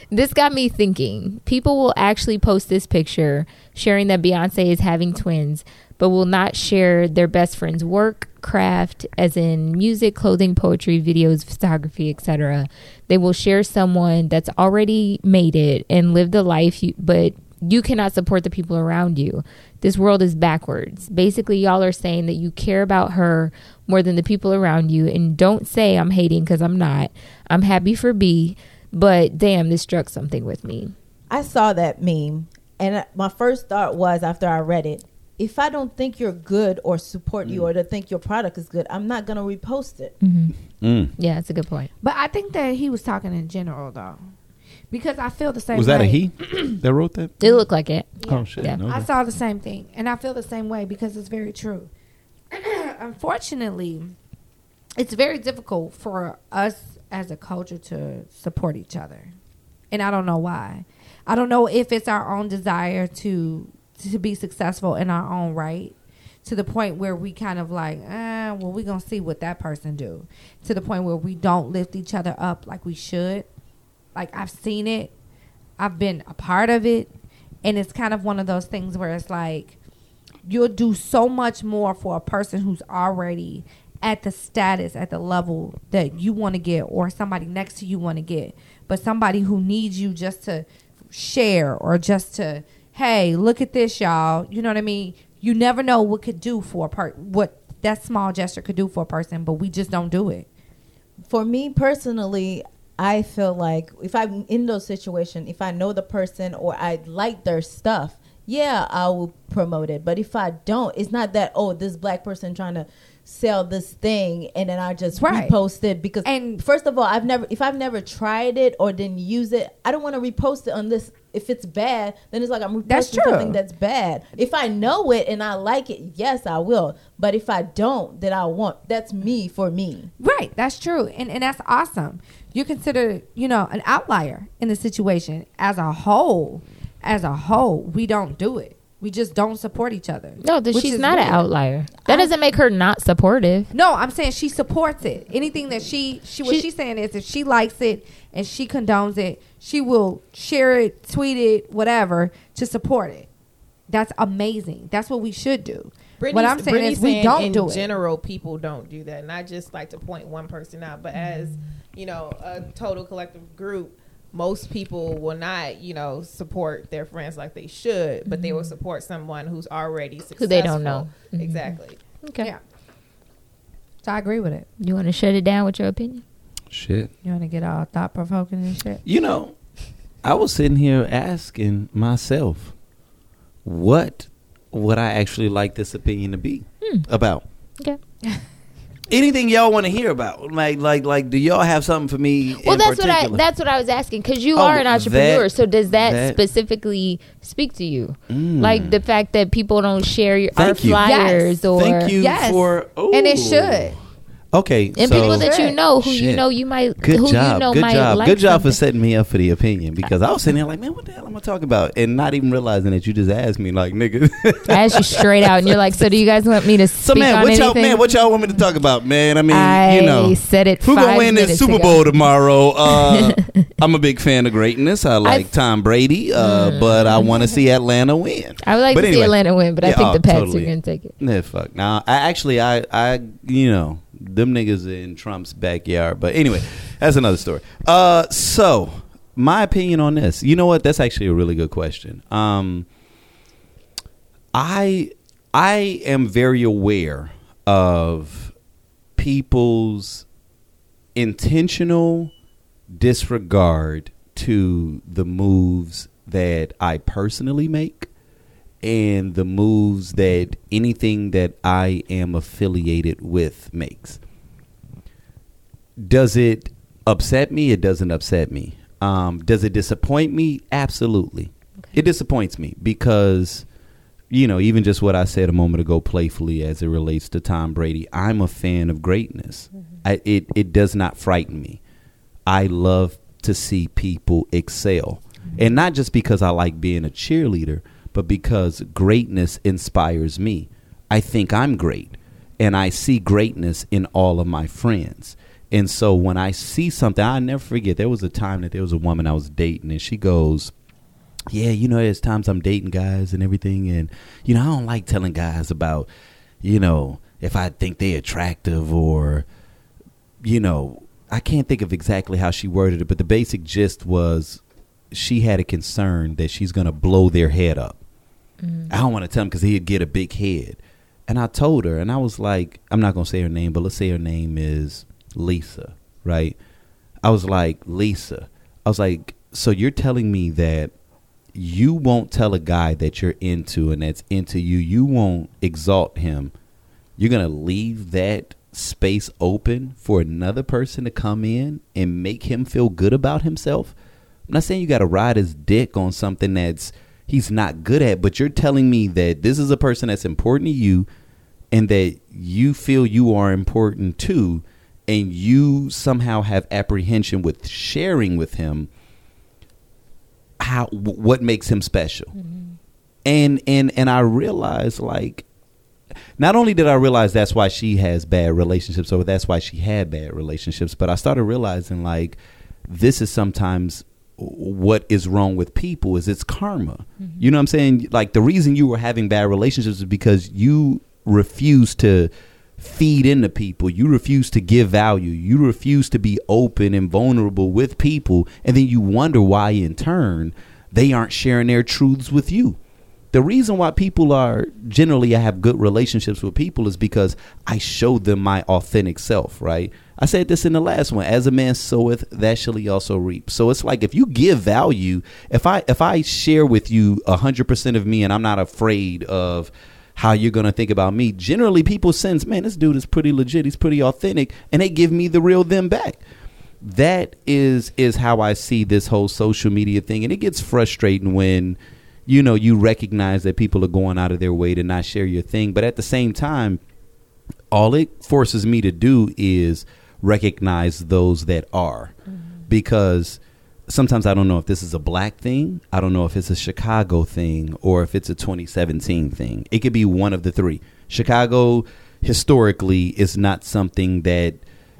this got me thinking. People will actually post this picture sharing that Beyonce is having twins, but will not share their best friend's work, craft, as in music, clothing, poetry, videos, photography, etc. They will share someone that's already made it and lived the life, you, but you cannot support the people around you. This world is backwards. Basically, y'all are saying that you care about her more than the people around you. And don't say I'm hating because I'm not. I'm happy for B, but damn, this struck something with me. I saw that meme, and I- my first thought was after I read it, if I don't think you're good or support you or to think your product is good, I'm not gonna repost it. Mm. Yeah, that's a good point. But I think that he was talking in general though, because I feel the same. Was that a way. he that wrote that? It looked like it. Oh shit! Yeah. no. I saw the same thing, and I feel the same way because it's very true. Unfortunately, it's very difficult for us as a culture to support each other, and I don't know why. I don't know if it's our own desire to to be successful in our own right, to the point where we kind of like, eh, well, we're gonna see what that person do. To the point where we don't lift each other up like we should. Like I've seen it, I've been a part of it, and it's kind of one of those things where it's like you'll do so much more for a person who's already at the status at the level that you want to get or somebody next to you want to get but somebody who needs you just to share or just to hey look at this y'all you know what i mean you never know what could do for a part what that small gesture could do for a person but we just don't do it For me personally, I feel like if I'm in those situation, if I know the person or I like their stuff, yeah, I will promote it. But if I don't, it's not that oh, this black person trying to sell this thing and then I just Right. repost it because And- first of all, I've never if I've never tried it or didn't use it, I don't want to repost it unless if it's bad, then it's like I'm reposting That's true. something that's bad. If I know it and I like it, yes, I will. But if I don't, then I won't. That's me for me. Right, that's true. And and that's awesome. You're considered, you know, an outlier in the situation as a whole. As a whole, we don't do it. We just don't support each other. No, that which she's is not an weird. outlier. That doesn't make her not supportive. No, I'm saying she supports it. Anything that she she what She- she's saying is if she likes it and she condones it, she will share it, tweet it, whatever to support it. That's amazing. That's what we should do. what I'm saying Brittany's is we saying don't in do it. general, people don't do that. And I just like to point one person out. But as, you know, a total collective group, most people will not, you know, support their friends like they should, but they will Mm-hmm. support someone who's already successful. they don't know. Mm-hmm. Exactly. Okay. Yeah. So I agree with it. You want to shut it down with your opinion? Shit. You want to get all thought provoking and shit. You know, I was sitting here asking myself, what would I actually like this opinion to be about? Hmm. Okay. Anything y'all want to hear about? Like, like, like, do y'all have something for me? Well, in that's what I particular? that's what I was asking because you Oh, are an entrepreneur. that- so does that, that- specifically speak to you? Mm. Like the fact that people don't share your, our Thank you. flyers or Thank you Yes. for. And it ooh. should. Okay. and so, people that you Shit. know who you Shit. know you might Good who job. you know good might job. like good job for something. setting me up for the opinion because I was sitting there like, man, what the hell am I talking about? And not even realizing that you just asked me, like, nigga. I asked you straight out, and you're like, "So do you guys want me to speak so man, on what y'all anything?" man, what y'all want me to talk about, man? I mean, I you know, said it. who gonna five win this minutes Super ago. Bowl tomorrow? Uh, I'm a big fan of greatness. I like Tom Brady, uh, Mm. but I want to see Atlanta win. I would like But to see anyway. Atlanta win, but I Yeah, think oh, the Pats totally. are going to take it. Nah, fuck. Nah, I actually, I, I, you know, them niggas in Trump's backyard. But anyway, that's another story. Uh, so my opinion on this, you know what? That's actually a really good question. Um, I, I am very aware of people's intentional disregard to the moves that I personally make and the moves that anything that I am affiliated with makes. Does it upset me? It doesn't upset me. Um, does it disappoint me? Absolutely. It disappoints me because, you know, even just what I said a moment ago playfully as it relates to Tom Brady, I'm a fan of greatness. I, it, it does not frighten me. I love to see people excel. And not just because I like being a cheerleader, but because greatness inspires me. I think I'm great, and I see greatness in all of my friends. And so when I see something, I never forget. There was a time that there was a woman I was dating, and she goes, yeah, you know, there's times I'm dating guys and everything, and you know, I don't like telling guys about, you know, if I think they attractive or, you know, I can't think of exactly how she worded it, but the basic gist was, she had a concern that she's gonna blow their head up. I don't want to tell him because he'd get a big head. And I told her, and I was like, I'm not gonna say her name, but let's say her name is Lisa, right? I was like, Lisa. I was like, so you're telling me that you won't tell a guy that you're into and that's into you, you won't exalt him. You're going to leave that space open for another person to come in and make him feel good about himself. I'm not saying you got to ride his dick on something that's he's not good at, but you're telling me that this is a person that's important to you and that you feel you are important too and you somehow have apprehension with sharing with him how w- what makes him special and and and i realized like not only did i realize that's why she has bad relationships or that's why she had bad relationships but i started realizing like this is sometimes what is wrong with people is it's karma you know what i'm saying like the reason you were having bad relationships is because you refuse to feed into people. You refuse to give value. You refuse to be open and vulnerable with people. And then you wonder why, in turn, they aren't sharing their truths with you. The reason why people are generally I have good relationships with people is because I show them my authentic self, right? I said this in the last one, as a man soweth, that shall he also reap. So it's like if you give value, if I if I share with you 100% of me and I'm not afraid of how you're gonna think about me. Generally, people sense, man, this dude is pretty legit. He's pretty authentic, and they give me the real them back. That is is how I see this whole social media thing, and it gets frustrating when you know you recognize that people are going out of their way to not share your thing, but at the same time, all it forces me to do is recognize those that are because sometimes i don't know if this is a black thing i don't know if it's a chicago thing or if it's a 2017 thing it could be one of the three chicago historically is not something that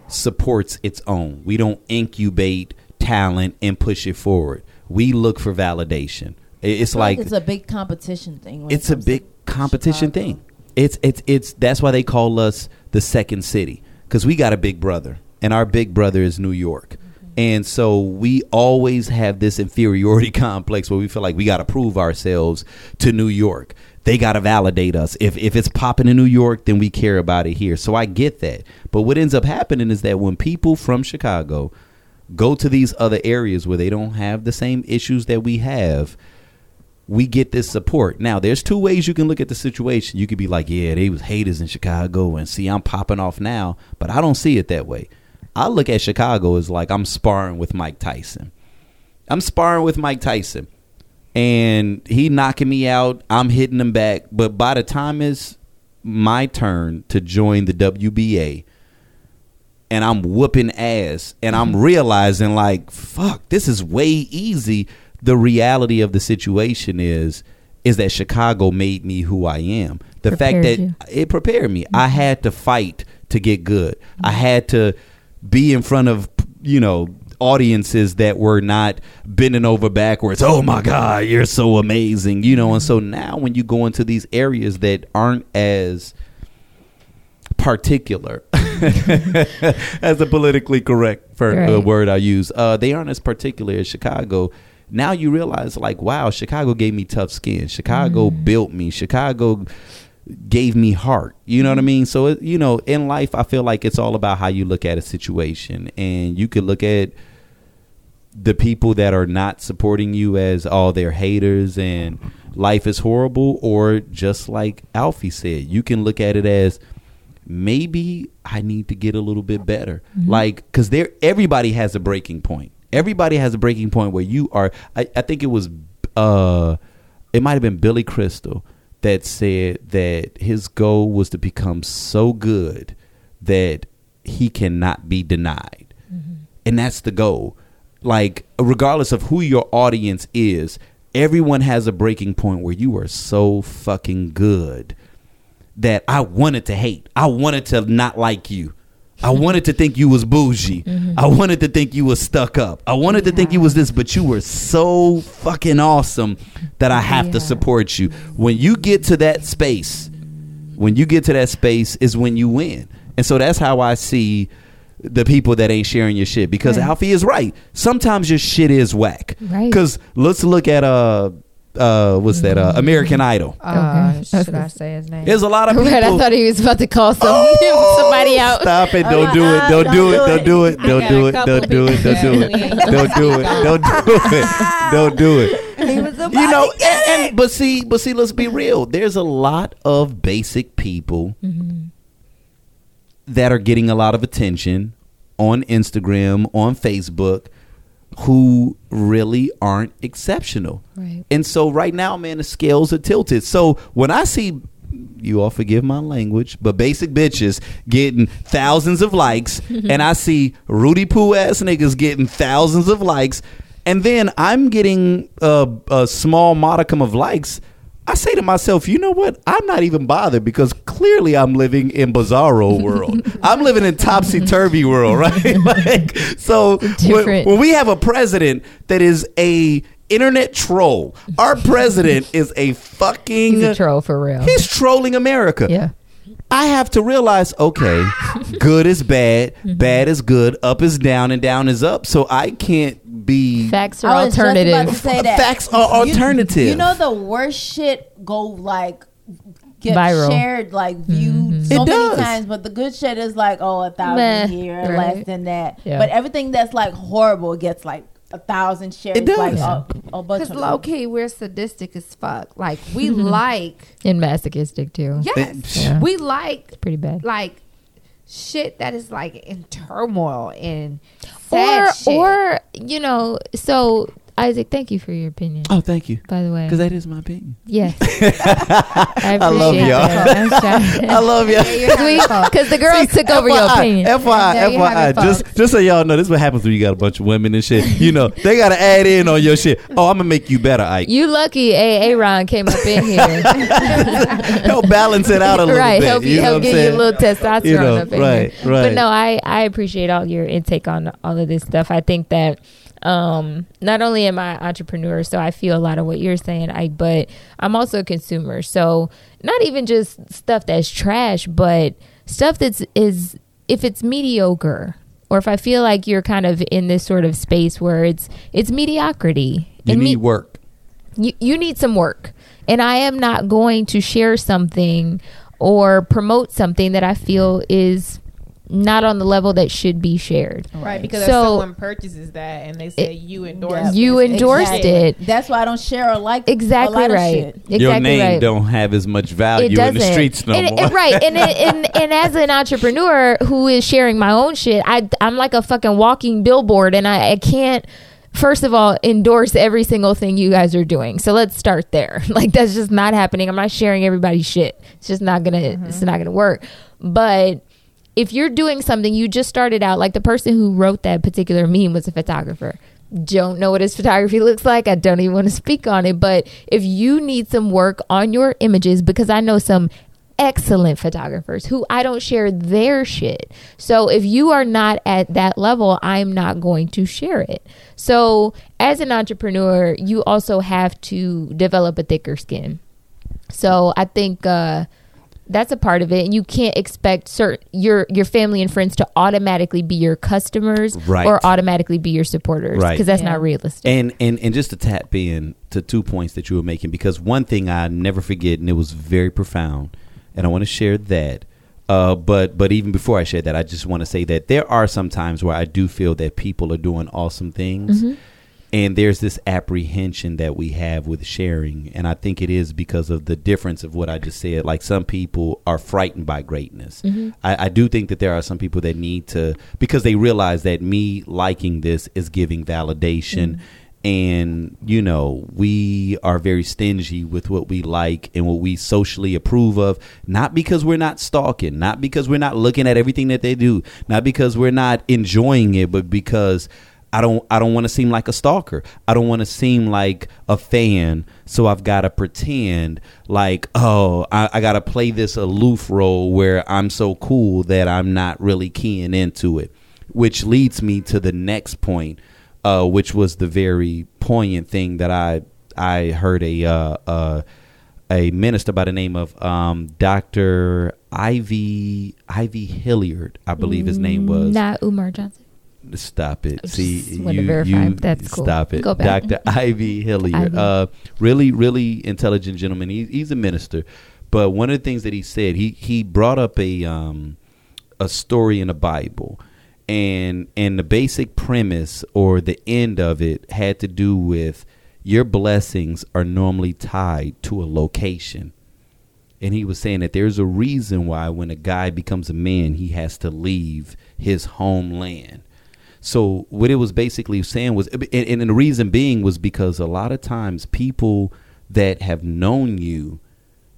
supports its own we don't incubate talent and push it forward we look for validation I- it's like it's a big competition thing. when it it's a comes big to competition Chicago. thing. It's it's it's that's why they call us the second city because we got a big brother and our big brother is New York, and so we always have this inferiority complex where we feel like we got to prove ourselves to New York. They got to validate us. If if it's popping in New York, then we care about it here. So I get that. But what ends up happening is that when people from Chicago go to these other areas where they don't have the same issues that we have, we get this support. Now, there's two ways you can look at the situation. You could be like, yeah, they was haters in Chicago, and see, I'm popping off now, but I don't see it that way. I look at Chicago as like I'm sparring with Mike Tyson. I'm sparring with Mike Tyson, and he knocking me out. I'm hitting him back, but by the time it's my turn to join the WBA, and I'm whooping ass and I'm Mm-hmm. realizing like fuck this is way easy the reality of the situation is is that Chicago made me who I am the fact Prepared that you. Mm-hmm. it prepared me I had to fight to get good I had to be in front of you know audiences that were not bending over backwards oh my god you're so amazing you know and so Mm-hmm. now when you go into these areas that aren't as particular as a politically correct for, uh, Right. word I use. Uh, they aren't as particular as Chicago. Now you realize, like, wow, Chicago gave me tough skin. Chicago built me. Chicago gave me heart. You know what I mean? So, it, you know, in life, I feel like it's all about how you look at a situation. And you could look at the people that are not supporting you as all their haters and life is horrible or just like Alfie said you can look at it as maybe I need to get a little bit better like cuz there everybody has a breaking point everybody has a breaking point where you are I, I think it was uh it might have been Billy Crystal that said that his goal was to become so good that he cannot be denied and that's the goal. Like, regardless of who your audience is, everyone has a breaking point where you are so fucking good that I wanted to hate. I wanted to not like you. I wanted to think you was bougie. Mm-hmm. I wanted to think you was stuck up. I wanted to think you was this, but you were so fucking awesome that I have to support you. When you get to that space, when you get to that space is when you win. And so that's how I see the people that ain't sharing your shit because Alfie is right. Sometimes your shit is whack. Right. Because let's look at uh uh what's that uh American Idol. Uh, Okay. Should I say his name? There's a lot of people. Right, I thought he was about to call some, Oh! somebody out. Oh, Stop it! Don't do it! Don't do it! Don't do it! Don't do it! Don't do it! Don't do it! Don't do it! Don't do it! Don't do it! he was a you know and, and- but see but see let's be real there's a lot of basic people Mm-hmm. that are getting a lot of attention on instagram on facebook who really aren't exceptional Right. and so right now man the scales are tilted so when i see you all forgive my language, but basic bitches getting thousands of likes, and I see Rudy Poo ass niggas getting thousands of likes, and then I'm getting a, a small modicum of likes. I say to myself, you know what? I'm not even bothered because clearly I'm living in bizarro world. I'm living in topsy turvy world, right? like, so when, different. when we have a president that is a internet troll, our president is a fucking He's a troll for real. He's trolling America. Yeah. I have to realize, okay, good is bad, Mm-hmm. bad is good, up is down, and down is up. So I can't be. Facts are I was just about to alternative. say that. Facts are You- alternative. You, know the worst shit go like get Viral. Mm-hmm. shared like viewed so It many does. times, but the good shit is like oh a thousand Meh, here, right. less than that. Yeah. But everything that's like horrible gets like a thousand shares. It does. Like Yeah. a, a bunch Because of low key, we're sadistic as fuck. Like we like, and masochistic too. yes, Yeah. we like Pretty bad. like shit that is like in turmoil and sad Or shit. or you know, so Isaac, thank you for your opinion. Oh, thank you. By the way, Because that is my opinion. yes, I, appreciate love y'all. I y'all. love you. Yeah, you're having fun. Because the girls took over your FYI, opinion. FYI, Yeah, you FYI. having Just, just so y'all know, this is what happens when you got a bunch of women and shit. You know, they got to add in on your shit. Oh, I'm going to make you better, Ike. You lucky, a Aaron came up in here. help balance it out a little right, bit. help you you, know help what I'm give saying? you a little testosterone You know, up in right, here. right. But no, I I appreciate all your intake on all of this stuff. I think that um not only am I an entrepreneur, so I feel a lot of what you're saying, I but I'm also a consumer. So not even just stuff that's trash, but stuff that's is if it's mediocre or if I feel like you're kind of in this sort of space where it's it's mediocrity. You And need me- work. you, you need some work and i am not going to share something or promote something that i feel is not on the level that should be shared Right, because So- if someone purchases that and they say It- you endorsed Yeah. it, you it's endorsed shit. it That's why I don't share or like exactly a lot right Of shit. exactly Your name right. don't have as much value it in doesn't the streets no and, more. and- right and, it- and and as an entrepreneur who is sharing my own shit i i'm like a fucking walking billboard and i, I can't First of all, endorse every single thing you guys are doing. So let's start there. Like that's just not happening. I'm not sharing everybody's shit. It's just not gonna. It's not gonna work. But if you're doing something, you just started out. Like the person who wrote that particular meme was a photographer. Don't know what his photography looks like. I don't even want to speak on it. But if you need some work on your images, because I know some excellent photographers who I don't share their shit. So if you are not at that level, I'm not going to share it. So as an entrepreneur, you also have to develop a thicker skin. So I think uh, that's a part of it, and you can't expect certain your your family and friends to automatically be your customers Right. or automatically be your supporters Right. because that's Yeah. not realistic. And and and just to tap in to two points that you were making, because one thing I never forget, and it was very profound, and I want to share that. Uh, but but even before I share that, I just want to say that there are some times where I do feel that people are doing awesome things, and there's this apprehension that we have with sharing, and I think it is because of the difference of what I just said. Like some people are frightened by greatness. I, I do think that there are some people that need to because they realize that me liking this is giving validation and you know we are very stingy with what we like and what we socially approve of not because we're not stalking not because we're not looking at everything that they do not because we're not enjoying it but because i don't i don't want to seem like a stalker i don't want to seem like a fan so i've got to pretend like oh i, I got to play this aloof role where i'm so cool that i'm not really keying into it which leads me to the next point uh, which was the very poignant thing that I I heard a uh, uh, a minister by the name of um, Doctor Ivy Ivy Hilliard, I believe his name was. Not Umar Johnson. Stop it. just See, wanna you, verify. you- That's cool. Stop it. Go back. Dr. Ivy Hilliard. Ivy. Uh, really, really intelligent gentleman. He, he's a minister. But one of the things that he said, he, he brought up a, um, a story in the Bible. And, and the basic premise or the end of it had to do with your blessings are normally tied to a location. And he was saying that there's a reason why when a guy becomes a man, he has to leave his homeland. So what it was basically saying was, and, and the reason being was because a lot of times people that have known you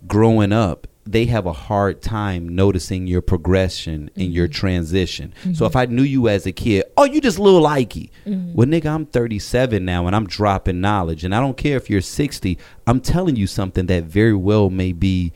growing up, they have a hard time noticing your progression and your transition. So if I knew you as a kid, oh, you just little likey. Well, nigga, I'm 37 now and I'm dropping knowledge. And I don't care if you're 60, I'm telling you something that very well may be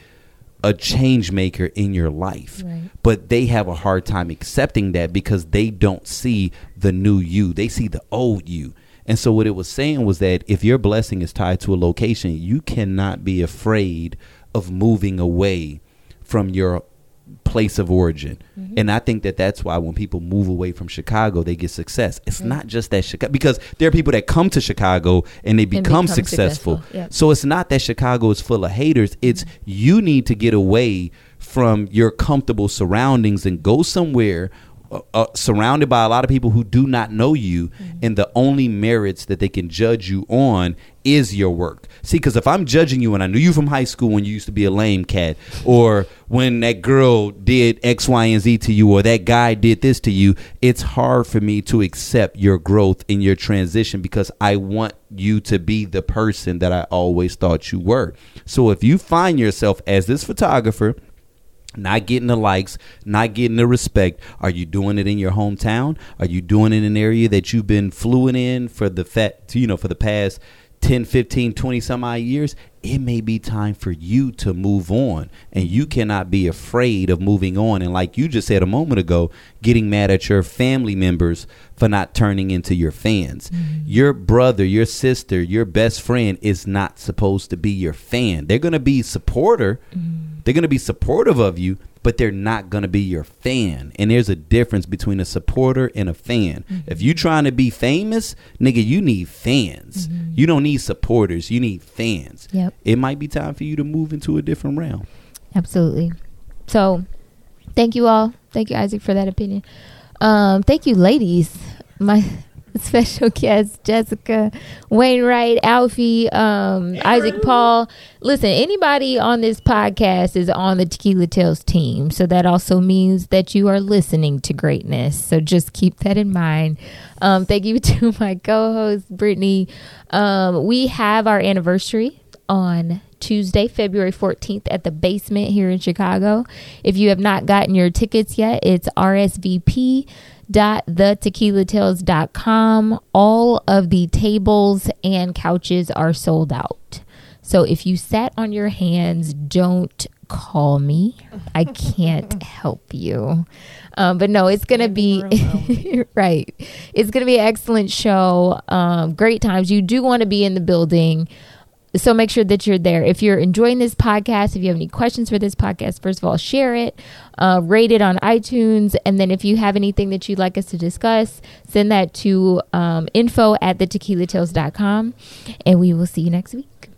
a change maker in your life. Right. But they have a hard time accepting that because they don't see the new you. They see the old you. And so what it was saying was that if your blessing is tied to a location, you cannot be afraid of moving away from your place of origin. And I think that that's why when people move away from Chicago, they get success. It's not just that Chicago because there are people that come to Chicago and they become, become successful. successful. Yep. So it's not that Chicago is full of haters. It's you need to get away from your comfortable surroundings and go somewhere uh, uh, surrounded by a lot of people who do not know you, and the only merits that they can judge you on is your work. See, because if I'm judging you and I knew you from high school when you used to be a lame cat, or when that girl did X, Y, and Z to you, or that guy did this to you, it's hard for me to accept your growth and your transition because I want you to be the person that I always thought you were. So if you find yourself as this photographer, not getting the likes, not getting the respect. Are you doing it in your hometown? Are you doing it in an area that you've been fluent in for the fat, you know, for the past 10, 15, 20 some odd years? It may be time for you to move on, and you cannot be afraid of moving on. And like you just said a moment ago, getting mad at your family members for not turning into your fans. Your brother, your sister, your best friend is not supposed to be your fan. They're going to be supporter. They're going to be supportive of you, but they're not going to be your fan. And there's a difference between a supporter and a fan. If you're trying to be famous, nigga, you need fans. You don't need supporters. You need fans. Yep. It might be time for you to move into a different realm. Absolutely. So, thank you all. Thank you, Isaac, for that opinion. Um, thank you, ladies. My special guests, Jessica, Wainwright, Alfie, um, Isaac, Paul. Listen, anybody on this podcast is on the Tequila Tales team. So, that also means that you are listening to greatness. So, just keep that in mind. Um, thank you to my co host, Brittany. Um, we have our anniversary on Tuesday, February 14th at the basement here in Chicago. If you have not gotten your tickets yet, it's RSVP dot thetequilatales.com all of the tables and couches are sold out so if you sat on your hands don't call me i can't help you um, but no it's gonna be right it's gonna be an excellent show um, great times you do want to be in the building so make sure that you're there. If you're enjoying this podcast, if you have any questions for this podcast, first of all, share it, uh, rate it on iTunes. And then if you have anything that you'd like us to discuss, send that to um, info at thetequilatales.com. And we will see you next week.